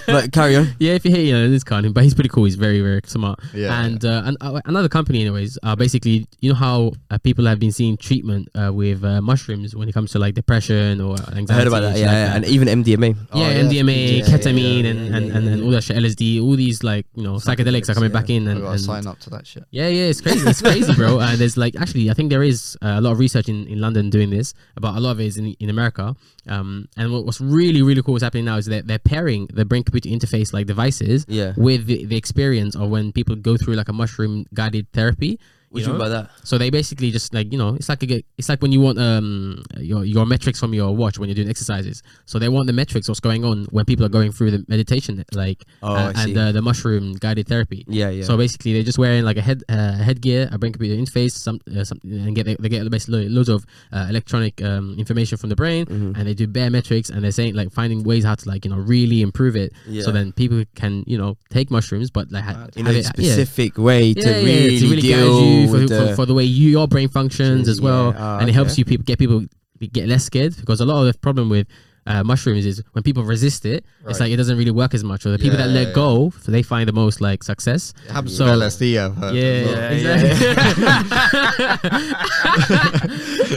But carry on.
Yeah, if you hate Elon, it's kind of, but he's pretty cool. He's very, very smart.
Yeah,
And Uh, and uh, another company, anyways, uh, basically, you know how uh, people have been seeing treatment uh, with uh, mushrooms when it comes to like depression or anxiety.
I heard about that.
shit
Yeah,
like
yeah, and even MDMA.
Oh,
yeah,
yeah.
MDMA,
Yeah, yeah,
ketamine,
yeah,
and,
yeah,
and,
yeah,
and, and
yeah.
all that shit, LSD, all these like you know psychedelics are coming back in,
I
and,
gotta
and-
sign up to that shit.
yeah, yeah, it's crazy. It's crazy, bro. Uh, there's like actually, I think there is uh, a lot of research in, in London doing this, but a lot of it is in, in America. Um, and what, what's really, really cool is happening now is that they're pairing the brain computer interface like devices
Yeah.
with the, the experience of when people go through like a mushroom guided therapy.
What do you
know?
mean by that?
So they basically just like you know, it's like a, g- it's like when you want um your your metrics from your watch when you're doing exercises. So they want the metrics, what's going on when people are going through the meditation, like
Oh,
uh,
I see.
and uh, the mushroom guided therapy.
Yeah, yeah.
So basically, they're just wearing like a head uh, headgear, a brain computer interface, some, uh, some and get they get basically loads of uh, electronic um, information from the brain,
Mm-hmm.
and they do bare metrics, and they're saying like finding ways how to like you know really improve it.
Yeah.
So then people can you know take mushrooms, but like ha-
in
have
a
it- yeah.
specific way to,
Yeah, yeah,
really
to really guide
deal
you for,
with
for,
the-
for the way you, your brain functions as well,
Yeah, ah,
and it helps
okay.
you people get people get less scared because a lot of the problem with uh, mushrooms is when people resist it, it's
Right.
like it doesn't really work as much. Or the people that
Yeah,
let
yeah.
go, they find the most like success.
It happens
So-
with LSD. I've heard. as well.
Yeah, exactly.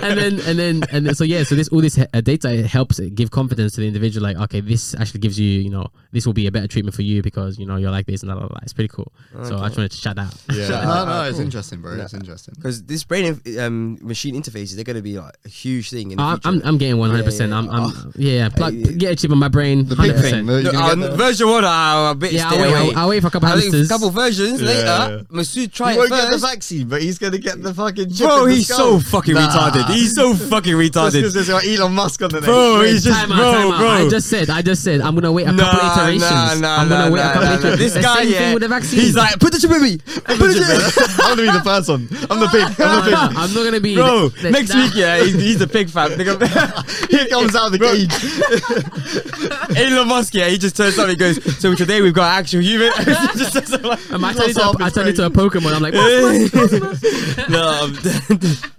and then and then and then- so yeah, so this all this uh, data it helps it give confidence to the individual. Like, okay, this actually gives you, you know, this will be a better treatment for you because you know you're like this and blah blah blah. It's pretty cool.
Ah,
So I just wanted to shout out.
Yeah.
Shut
No,
up.
no, it's
Cool.
interesting, bro. It's interesting.
Because this brain inf- um, machine interfaces, they're going to be like a huge thing in the
I'm,
future.
I'm, I'm getting 100. percent
Yeah, yeah,
I'm, I'm
yeah.
yeah, yeah. Plug,
yeah.
get a chip on my brain.
The big
100%.
thing. though, you're
No,
gonna
on
get the-
version one, ah, I'll, I'll,
Yeah, I'll wait, I'll, I'll wait for a couple
I think a
hamsters.
couple versions
Yeah,
later,
yeah, yeah.
Masood
He
try it
won't get the
first.
vaccine, but he's gonna get the fucking. Chip
Bro,
in the
he's
skull.
so fucking
Nah.
retarded. He's so fucking
Just 'cause
retarded.
there's like Elon Musk on the name.
Bro,
Wait,
he's just
Time out,
bro,
time out.
bro.
I just said, I just said, I'm gonna wait a couple
Nah,
iterations.
nah, nah,
I'm gonna
nah,
wait a
nah,
couple
nah, nah.
iterations.
This
the
guy,
same
yeah,
thing with the vaccine.
he's like, put the chip in me. Put the chip in me.
I want to be the first one. I'm the pig.
Nah,
I'm the
nah,
pig.
I'm not gonna be
Bro,
th- th-
next
nah.
week, yeah, he's, he's a pig fan.
He comes out of the cage.
Elon Musk, yeah, he just turns up and goes, So today we've got actual human. He just turns up like-
Um, I turned
Lost
into,
half
a, I
his
turned into a Pokemon. I'm like,
no, I'm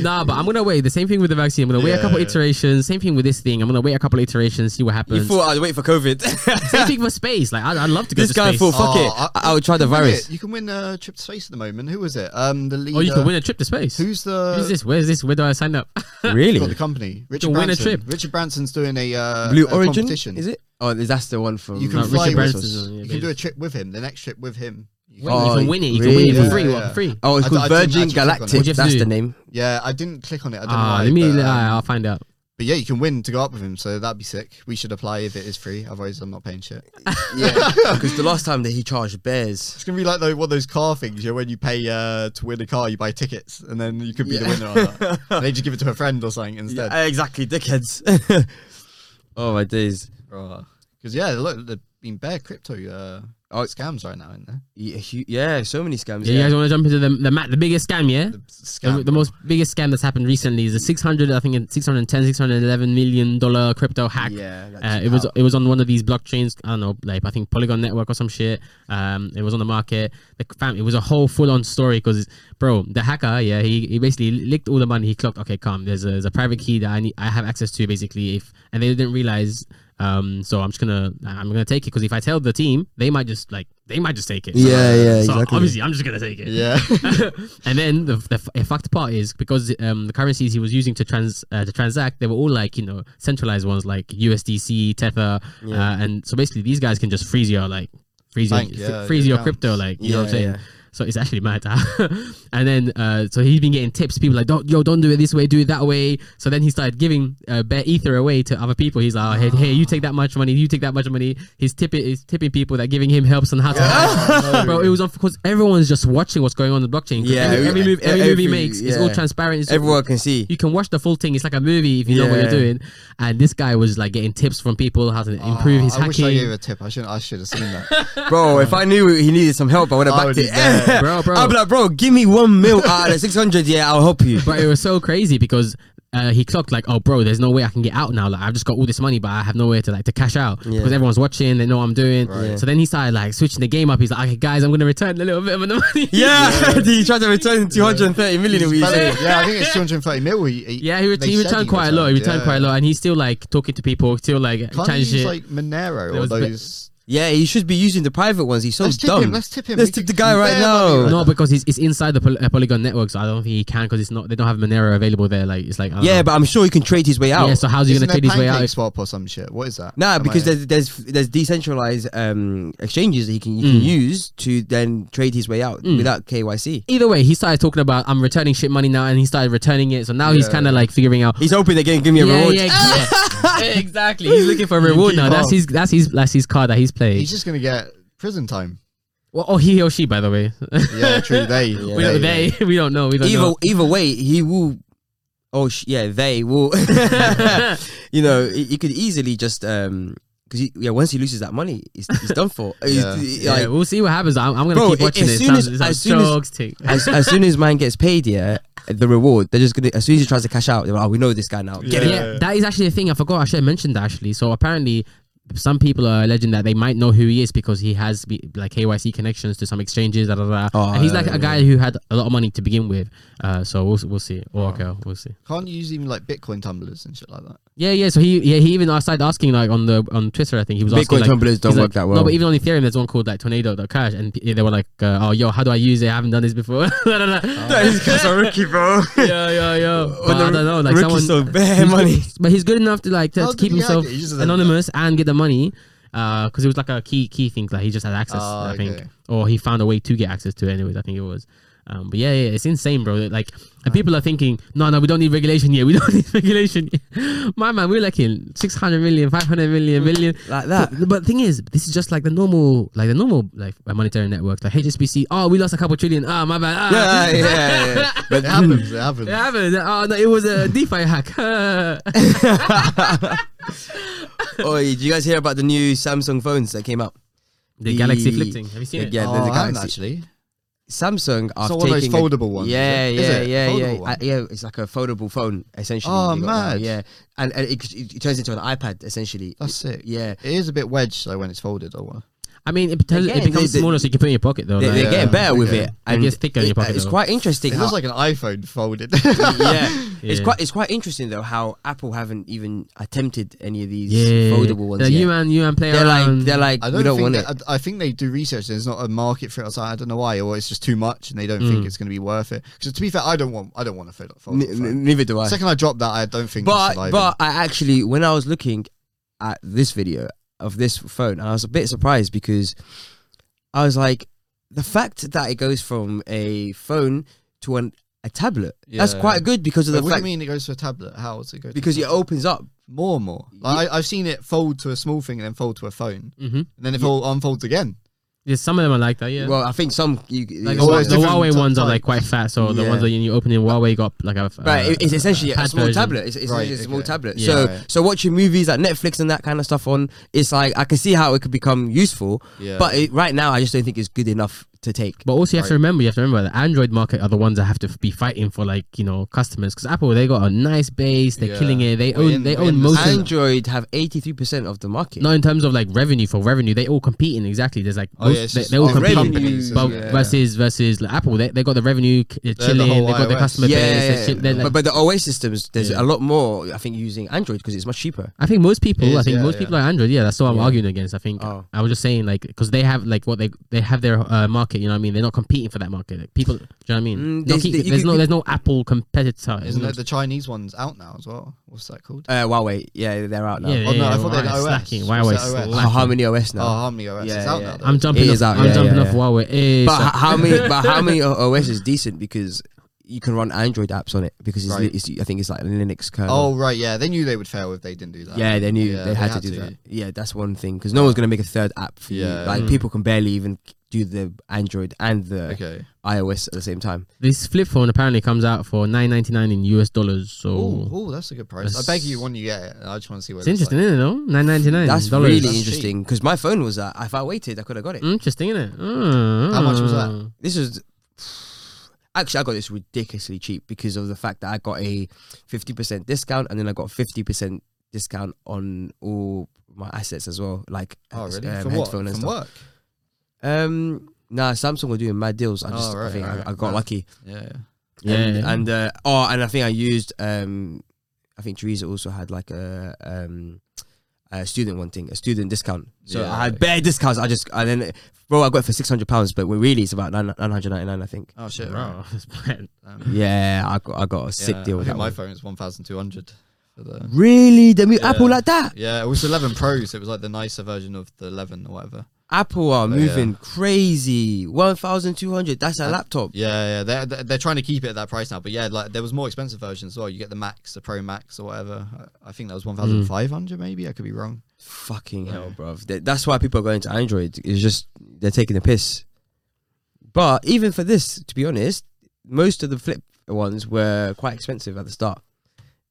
nah, but I'm gonna wait. The same thing with the vaccine. I'm gonna wait a couple
Yeah.
iterations. Same thing with this thing. I'm gonna wait a couple iterations, see what
you
happens.
thought I'd wait for COVID.
Same thing for space. Like, I'd, I'd love to go
this
to
guy
space.
thought, fuck
Oh,
it,
I-
I, will try the
Win
virus.
it. You can win a trip to space at the moment. Who was it? Um, the leader.
oh, you could win a trip to space.
Who's the?
uh,
Who's this? Where's this? Where do I sign up?
Really?
Got the company. Richard
win a
Branson.
trip.
Richard Branson's doing a uh,
Blue
a
Origin?
competition.
Is it? Oh, that's the one from.
You can
No,
fly
Richard
with
Branson's on it,
You can do a trip with him. The next trip with him.
Wait,
Oh,
you can win it. You can win it
really?
for free.
Yeah,
what,
yeah.
for free.
Oh, it's
I d- I
called
didn't
Virgin
actually click on it.
Galactic.
What'd you have to
That's
do?
the name.
Yeah, I didn't click on it. I don't
Ah,
know why.
let me.
but, um,
ah, I'll find out.
But yeah, you can win to go up with him, so that'd be sick. We should apply if it is free. Otherwise, I'm not paying shit.
Yeah, because the last time that he charged bears.
It's gonna be like those what those car things. You know, when you pay uh, to win a car, you buy tickets, and then you could be the
Yeah.
winner on that. and they just give it to a friend or something instead.
Yeah, exactly, dickheads. oh my days.
Oh. Because yeah, look, there's been bare crypto. Uh,
Oh.
scams right now, isn't there?
Yeah, hu- yeah, so many scams.
Yeah, you guys want to jump into the the, ma- the biggest scam, yeah? The,
The scam.
the most biggest scam that's happened recently is the 600, I think, in 610, 611 million dollar crypto hack.
Yeah, that
Uh,
cheap
it was
out.
it was on one of these blockchains. I don't know, like I think Polygon Network or some shit. Um, it was on the market. The fam, it was a whole full on story because, bro, the hacker, yeah, he, he basically licked all the money. He clocked, okay, calm. There's a, there's a private key that I need, I have access to basically. If and they didn't realize, um, so I'm just gonna I'm gonna take it because if I tell the team, they might just like they might just take it. So, uh,
Yeah, yeah,
so
exactly.
Obviously, I'm just gonna take it.
yeah.
and then the, the, f- fucked part is because um, the currencies he was using to trans uh, to transact, they were all like you know centralized ones like USDC, Tether, uh, and so basically these guys can just freeze your like freeze your,
Bank,
fr-
yeah,
freeze
your
your crypto,
accounts.
like you know what I'm
Yeah,
saying.
yeah.
So it's actually mad. and then uh, so he's been getting tips. People like don't yo don't do it this way, do it that way. So then he started giving uh, bare ether away to other people. He's like, oh, hey, hey, you take that much money, you take that much money. He's tipping he's tipping people that giving him helps on how to. Bro, it was of course everyone's just watching what's going on in the blockchain. 'Cause
Yeah,
every, every
every-
move, every, move he
every-
makes, it's all
yeah.
transparent. It's
Everyone can see.
you can watch the full thing. It's like a movie if you know what
Yeah.
you're doing. And this guy was like getting tips from people how to improve
Oh,
his
Oh, I wish I gave
hacking.
a tip. I should. I should have seen that.
Bro, if I knew he needed some help, I would have
I
backed
would
it.
be there.
Bro, bro.
I'd be like, bro, give me one mil out of the 600. Yeah, I'll help you.
But it was so crazy because. Uh, he clocked like, oh, bro, there's no way I can get out now. Like, I've just got all this money, but I have nowhere to like to cash out
Yeah.
because everyone's watching. They know what I'm doing.
Right.
So then he started like switching the game up. He's like, okay, guys, I'm gonna return a little bit of the money.
Yeah, he tried to return 230 million.
He's
we
valued-
said.
yeah, I think it's 230 mil. He,
Yeah, he, ret-
they
he
said
returned quite a lot. He returned quite a lot, and he's still like talking to people, still like
Can't he
chatting
use
shit.
like Monero
There
or
was a bit-
those?
Yeah, he should be using the private ones. He's so
let's tip
dumb.
him. Let's tip him.
Let's
We
tip
could
the guy right
bare
now.
money right
no, because he's it's inside the poly- uh, Polygon network, so I don't think he can because it's not they don't have Monero available there. Like it's like I don't
yeah,
know.
but I'm sure he can trade his way out.
yeah. So how's he
Isn't
gonna
there
trade his way out?
Pancake
if-
swap or some shit. What is that?
Nah,
Am
because
I-
there's there's there's decentralized um, exchanges that he can, he can
Mm.
use to then trade his way out without KYC.
Either way, he started talking about I'm returning shit money now, and he started returning it. So now he's
Yeah.
kind of like figuring out.
He's hoping they're going to give me a
yeah,
reward.
yeah, yeah. exactly. He's looking for a reward
keep
now. That's
up.
his. That's his. That's his card that he's playing.
he's just gonna get prison time.
well, oh, he or she, by the way.
Yeah, true. They.
we don't, they. We don't know. We don't
Either
know.
either way, he will. Oh sh- yeah, they will. you know, he, he could easily just um, because yeah, once he loses that money, he's, he's done for. He's-
Yeah.
he-
Yeah,
like,
we'll see what happens. I'm, I'm gonna
Bro,
keep
a-
watching
as
it.
soon as-
Sounds, it
as
sounds
soon as-
jokes tick.
as, as soon as man gets paid, yeah, the reward they're just gonna. As soon as he tries to cash out, they're like, oh, we know this guy now. Get
yeah,
it.
that is actually a thing. I forgot. I should have mentioned that actually. So apparently, some people are alleging that they might know who he is because he has be, like KYC connections to some exchanges. Da, da, da.
Oh,
and he's like
yeah.
a guy who had a lot of money to begin with. Uh, so we'll we'll see. Or
Oh.
okay, we'll see.
Can't you use even like Bitcoin tumblers and shit like that?
Yeah, yeah. So he yeah he even I started asking like on the on Twitter. I think he was asking
Bitcoin
like,
tumblers don't
he's
work
like-
that
No,
well.
but even on Ethereum, there's one called like Tornado.cash, and p- they were like, uh, "Oh, yo, how do I use it? I haven't done this before." Da, da, da.
This guy's a rookie, bro.
yeah, yeah, yeah.
Uh,
But
the
I don't know. Like
rookie's
someone,
so bare
he's good-
money.
but he's good enough to like to
How
keep
did he hack
himself
it? He just doesn't
anonymous and get the money. Because it was like a key key thing that he just had access.
Ah,
I think,
okay.
or he found a way to get access to. it Anyways, I think it was. Um, but yeah, yeah, it's insane, bro. That, Like, and people are thinking, no, no, we don't need regulation here. We don't need regulation. here." My man, we're like in 600 million, 500 million, million.
Like
Ah.
that.
But, but the thing is, this is just like the normal, like the normal, like monetary networks, like HSBC. Oh, we lost a couple trillion. Ah, my bad. Ah.
Yeah, yeah, yeah, yeah.
But it happens. It happens.
It happened. Oh no, it was a DeFi hack. yeah,
Oh, did you guys hear about the new Samsung phones that came out?
The Galaxy flip thing. Have you seen it?
Yeah,
Oh,
the, the
I haven't
Galaxy.
actually.
Samsung are
So one of those
taking
foldable ones, is
Yeah,
it?
yeah,
Is it?
yeah,
Foldable
yeah.
one?
Uh, yeah, it's like a foldable phone essentially.
Oh,
you got now,
mad. Oh.
Yeah, and, and it, it turns into an iPad essentially.
That's sick.
Yeah.
It is a bit wedged though when it's folded. Or what?
I mean, it, becomes-
Again,
it becomes
they- they-
smaller, so you can put it in your pocket though.
They,
like-
they're
Oh, Yeah.
getting better with
Okay.
it, uh,
It gets thicker in your pocket,
It's
though.
quite interesting.
It
how-
looks like an iPhone folded.
yeah, it's
Yeah.
quite it's quite interesting though how Apple haven't even attempted any of these
yeah,
foldable ones.
The
yet.
you and you and play
they're
around.
like they're like
um, I
we
don't,
don't
think
want
that,
it.
I I think they do research. There's not a market for it. outside. I don't know why, or it's just too much, and they don't think it's going to be worth it. Because to be fair, I don't want. I don't want a fold
Mm. N-
folded phone.
n- neither do I.
The second I drop that, I don't think. it's
But
surviving.
but I actually when I was looking at this video of this phone, I was a bit surprised because I was like, the fact that it goes from a phone to an a tablet that's
Yeah.
quite good because of
Wait,
the
what do
fact
you mean it goes to a tablet? How does it go? To
because it
a tablet?
opens up.
more and more. Like I, I've seen it fold to a small thing and then fold to a phone,
Mhm.
and then it fold, unfolds again.
Yeah, some of them are like that. Yeah.
Well, I think some you
like
it's
the,
Oh,
Wa-
always
it's
the
different
Huawei
t-
ones are
type.
like quite fat, so the
Yeah.
ones that you open in Huawei got like a.
Right, it- it's essentially a
pad
small
version.
tablet. It's, it's
Uh, Right,
just a small
okay.
tablet.
Yeah.
so,
Right.
so watching movies like Netflix and that kind of stuff on, it's like I can see how it could become useful.
Yeah.
But it, right now, I just don't think it's good enough to take.
But also, you have to remember, you have to remember the Android market are the ones that have to f- be fighting for like you know customers because Apple they got a nice base, they're
Yeah.
killing it, they
We're
own
in-
they
we're
own
in the
most.
same-
Of,
Android have eighty three percent of the market.
not in terms of like revenue for revenue, they all competing exactly. There's like
Oh, yeah,
most-
it's
they,
just
they all
on
compete.
revenues
but
and- yeah.
versus versus like, Apple, they, they got the revenue c- they're
the
chilling,
whole
they got their
iOS.
customer
yeah,
base.
yeah,
they're
yeah.
chill- they're, like-
but, but the OS systems, there's a
Yeah.
lot more. I think using Android because it's much cheaper.
I think most people,
It
I
is,
think
yeah,
most
yeah.
people are Android. Yeah, that's what I'm
Yeah.
arguing against. I think
Oh.
I was just saying like because they have like what they they have their uh, market. You know what I mean? They're not competing for that market. Like, people, do you know what I mean?
Mm,
No,
there's-
keep-
there-
there's,
you could-
no
you-
there's no Apple competitor.
Isn't
No.
there the Chinese ones out now as well? What's that called?
Uh, Huawei, yeah, they're out now.
Yeah,
Oh,
yeah,
no,
yeah,
I thought they had
Huawei's
OS.
slacking.
What's
Huawei's
that OS?
Oh,
slacking.
how many OS
Oh,
now?
Harmony OS
Yeah,
is out
yeah, yeah.
now. Though.
I'm jumping.
It
Off,
is out,
I'm
yeah,
jumping
yeah,
off
yeah.
Huawei. Eh,
but
so-
h- how many? But how many OS is decent because you can run Android apps on it because it's, li-
Right.
it's I think it's like Linux kernel.
Oh right, yeah. They knew they would fail if they didn't do that.
Yeah, they knew
Yeah,
they, had, to do that. Yeah, that's one thing because no one's gonna make a third app for
Yeah.
you. Like
Mm.
people can barely even do the Android and the
Okay.
iOS at the same time.
this flip phone apparently comes out for 9.99 in US dollars. So
Oh, oh, that's a good price.
That's-
I beg you, when you get it, I just want to see what
it's interesting,
Like.
isn't it? No, 9.99.
That's
dollars.
really
That's cheap.
interesting because my phone was that. If I waited, I could have got it.
interesting, isn't it?
How much was that?
Mm.
This is actually I got this ridiculously cheap because of the fact that I got a fifty percent discount and then I got fifty percent discount on all my assets as well, like
Oh,
um,
really?
headphone
From
and
what? From
stuff.
work.
Um, nah, Samsung were doing mad deals. I
Oh,
just I
right,
think
right,
I, I got
right.
lucky.
Yeah. yeah.
Yeah.
and, and uh, oh, and I think I used. Um, I think Teresa also had like a um, a student one thing, a student discount. So
Yeah,
I had
like-
bare discounts. I just and then bro, I got it for six hundred pounds, but we really it's about nine hundred ninety nine, I think.
Oh shit. Right.
Wow, that's bad.
Um,
Yeah, I got I got a sick
yeah,
deal.
I
With
think
that
my
one.
phone is one thousand two hundred. For the
Really, the new
Yeah.
Apple like that?
yeah, it was eleven Pro, so it was like the nicer version of the eleven or whatever.
Apple are
Yeah.
moving crazy. One thousand two hundred. That's a
And-
laptop.
Yeah, yeah, they're they're they're trying to keep it at that price now. But yeah, like there was more expensive versions as well. You get the Max, the Pro Max, or whatever. I, I think that was one thousand five hundred, maybe. I could be wrong.
Fucking
Yeah.
hell, bro. That's why people are going to Android. It's just they're taking the piss. But even for this, to be honest, most of the flip ones were quite expensive at the start.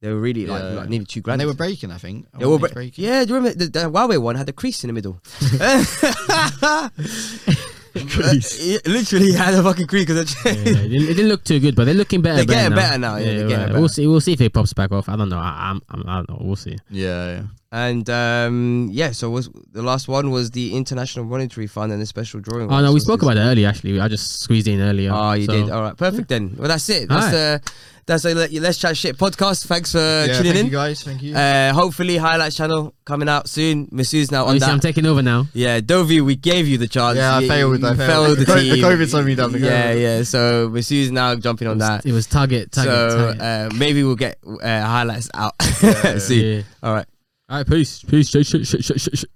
They were really like,
Yeah.
like nearly two grand.
And they were breaking, I think. I
They were
think
bra- yeah, do you remember the, the Huawei one had a crease in the middle? It literally had a fucking crease because
Yeah, it didn't- it didn't look too good, but they're looking better.
They're
better
getting better now,
now.
yeah, they're getting
right.
better.
We'll see. We'll see if it pops back off. I don't know. I, I'm, I'm. I don't know. We'll see.
Yeah, yeah.
and um, yeah, so was the last one was the International Monetary Fund and the special drawing.
Oh no, we
rights.
spoke about it earlier. Actually, I just squeezed in earlier.
Oh, you
So-
did. All right, perfect then. Well, that's it. That's
Alright.
uh, that's a let- Let's Chat Shit podcast. Thanks for
yeah
tuning
thank
in.
you guys. Thank you.
Uh, hopefully, highlights channel coming out soon. Masu's now
Oh,
on
you see, I'm
that.
taking over now.
yeah, Dovi, we gave you the chance.
Yeah, I
You-
failed,
you
I failed.
failed the
The co- the
team.
COVID told me that I'm the
Yeah,
girl.
yeah. So Masu's now jumping on
It was-
that.
It was target. Target.
so
target.
uh, maybe we'll get uh, highlights out
Yeah, yeah.
soon.
Yeah.
All right.
All right. Peace. Peace. Shh, shh, shh, shh, shh, shh.